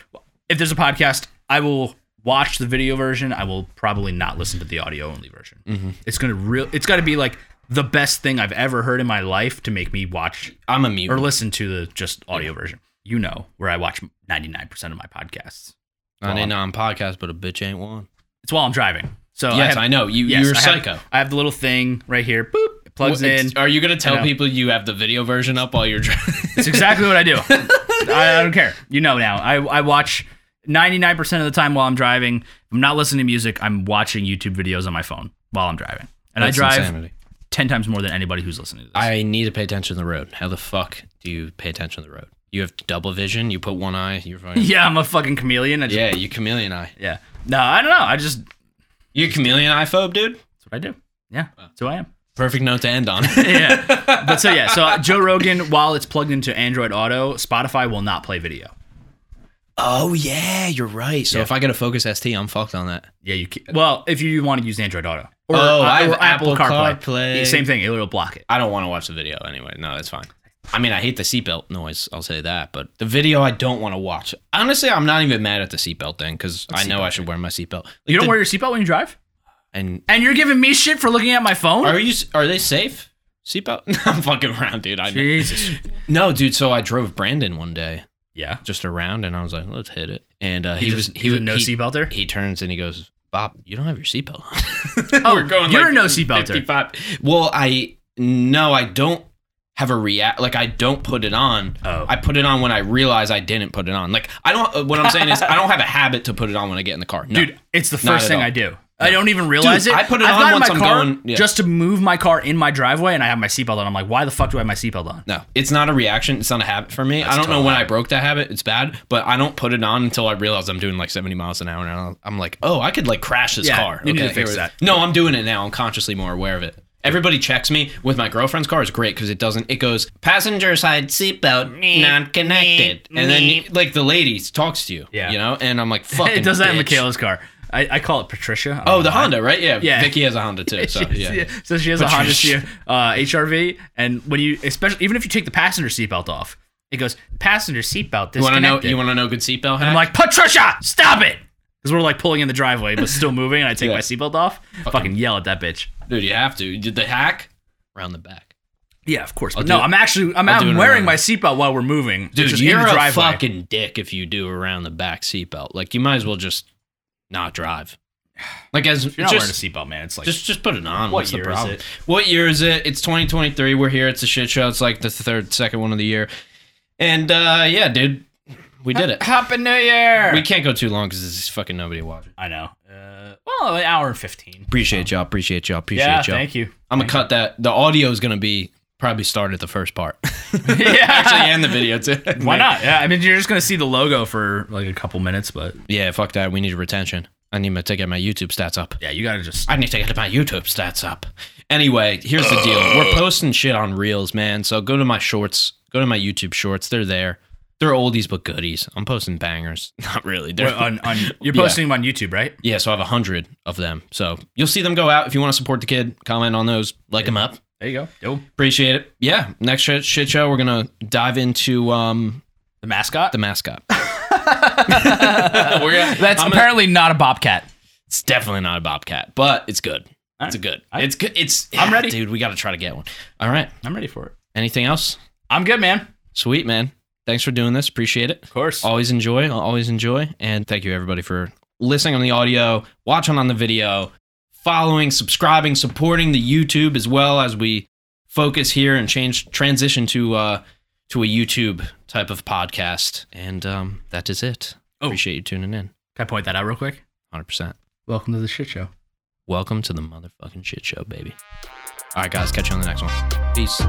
If there's a podcast, I will watch the video version. I will probably not listen to the audio only version. It's gonna real. It's got to be like the best thing I've ever heard in my life to make me watch
I'm a mute.
or listen to the just audio version. You know where I watch 99% of my podcasts.
I ain't on podcast, but a bitch ain't one.
It's while I'm driving. So I,
yes,
have,
I, know. You
yes,
you're a
I have-
psycho.
I have the little thing right here. Boop. It plugs
Well, it's-
in.
Are you gonna
know.
tell people you have the video version up while you're driving?
It's exactly what I do. I, I don't care. You know now. I, I watch 99% of the time while I'm driving. If I'm not listening to music. I'm watching YouTube videos on my phone while I'm driving. And I drive 10 times more than anybody who's listening to this.
I need to pay attention to the road. How the fuck do you pay attention to the road? You have double vision. You put one eye. You're fucking.
yeah, I'm a fucking chameleon. I just,
yeah, you chameleon eye.
yeah. No, I don't know. I just, that's
You chameleon eye phobe, dude.
what I do. Yeah. That's who I am.
Perfect note to end on.
yeah. But so uh, yeah, so Joe Rogan, while it's plugged into Android Auto, Spotify will not play video.
Oh yeah, you're right. So
Yeah.
if I get a Focus ST, I'm fucked on that.
Yeah, you can. Well, if you want to use Android Auto or,
Oh,
uh,
I have
or Apple,
Apple
CarPlay.
CarPlay.
Yeah, same thing. It'll block it.
I don't want to watch the video anyway. No, that's fine. I mean, I hate the seatbelt noise. I'll say that, but the video I don't want to watch. Honestly, I'm not even mad at the seatbelt thing because I know I should wear my seatbelt. Like
You don't
the-
wear your seatbelt when you drive,
And
and you're giving me shit for looking at my phone.
are you? Are they safe? Seatbelt? I'm fucking around, dude. I know.
Jesus.
no, dude. So I drove Brandon one day
Yeah.
just around, and I was like, let's hit it. And uh,
He,
he,
was
was
he was a
he-
no
he,
seatbelt there.
He turns and he goes, "Bob, you don't have your seatbelt on."
Oh, you're a no seatbelter.
55. Well, I no, I don't have a react. Like I don't put it on.
Oh.
I put it on when I realize I didn't put it on. Like I don't. uh, What I'm saying is, I don't have a habit to put it on when I get in the car. No.
Dude, it's the
Not
first
at
thing
all.
I do. I don't even realize
Dude,
it.
I put it
I've
on
gotten
once
my
I'm
car
going- yeah.
just to move my car in my driveway, and I have my seatbelt on. I'm like, why the fuck do I have my seatbelt on?
No, it's not a reaction. It's not a habit for me. I don't know when I broke that habit. It's bad, but I don't put it on until I realize I'm doing like 70 miles an hour, and I'll- I'm like, oh, I could like crash this
Yeah,
car.
you need to
Okay,
fix
here it is.
that.
No, I'm doing it now. I'm consciously more aware of it. Everybody checks me with my girlfriend's car is great because it doesn't. It goes passenger side seatbelt not connected, and then you- like the lady talks to you.
Yeah.
you know, and I'm like, fucking.
it does that in
bitch.
Michaela's car. I, I call it Patricia. I don't
Oh,
know
the
why.
Honda, right? Yeah,
Yeah.
Vicky has a Honda too. So
She's-
yeah.
yeah, so she has a Honda
Patricia.
CR, uh, HRV, and when you, especially even if you take the passenger seatbelt off, it goes passenger seatbelt
You want to
disconnected.
know? You want to know good seatbelt hack?
I'm like Patricia, stop it, because we're like pulling in the driveway but still moving, and I take
Yeah.
my seatbelt off, fucking, yell at that bitch.
dude, you have to. Did the hack round the back?
Yeah, of course.
I'll
But
do
no,
it.
I'm actually I'm,
I'll do it
I'm
in
wearing
Atlanta.
my seatbelt while we're moving. It's
Dude,
just in
you're
the
a
driveway.
fucking dick if you do around the back seatbelt. Like you might as well just not drive. Like as
You're not
just,
wearing a seatbelt, man. It's like
just just put it on.
What
What's the
year is
problem?
it?
What year is it? It's 2023. We're here. It's a shit show. It's like the third, second one of the year. And uh yeah, dude, we did it.
Happy New Year.
We can't go too long because there's fucking nobody watching.
I know. Uh, well, an hour and fifteen.
Appreciate y'all. Appreciate y'all. Appreciate
Yeah,
y'all.
thank you.
I'm gonna cut that. The audio is gonna be probably start at the first part.
yeah,
Actually, and the video too.
Why not? Yeah, I mean, you're just gonna see the logo for like a couple minutes, but
Yeah, fuck that. We need retention. I need to get my YouTube stats up.
yeah, you gotta just.
I need to get my YouTube stats up. Anyway, here's the deal.
Uh.
We're posting shit on Reels, man. So go to my shorts. Go to my YouTube shorts. They're there. They're oldies but goodies. I'm posting bangers. Not really. They're,
on, on, you're
Yeah.
posting them on YouTube, right?
yeah, so I have a hundred of them. So you'll see them go out. If you want to support the kid, comment on those. Like them up.
There you go. Yo,
Appreciate it. Yeah. Next shit, shit show, we're gonna dive into um
the mascot.
the mascot. We're gonna-
That's
I'm gonna-
apparently not a bobcat.
It's definitely not a bobcat, but it's good.
All
It's a
right.
good.
I-
It's good. It's.
I'm ready.
dude. We got to try to get one. All right.
I'm ready for it.
Anything else?
I'm good, man. Oh,
Sweet man. Thanks for doing this. Appreciate it.
Of course.
Always enjoy. Always enjoy. And thank you everybody for listening on the audio, watching on the video, following, subscribing, supporting the YouTube as well as we focus here and change transition to uh to a YouTube type of podcast. And um that is it.
Oh.
Appreciate you tuning in.
Can I point that out real quick?
100%.
Welcome to the shit show.
Welcome to the motherfucking shit show, baby. All right, guys, catch you on the next one. Peace.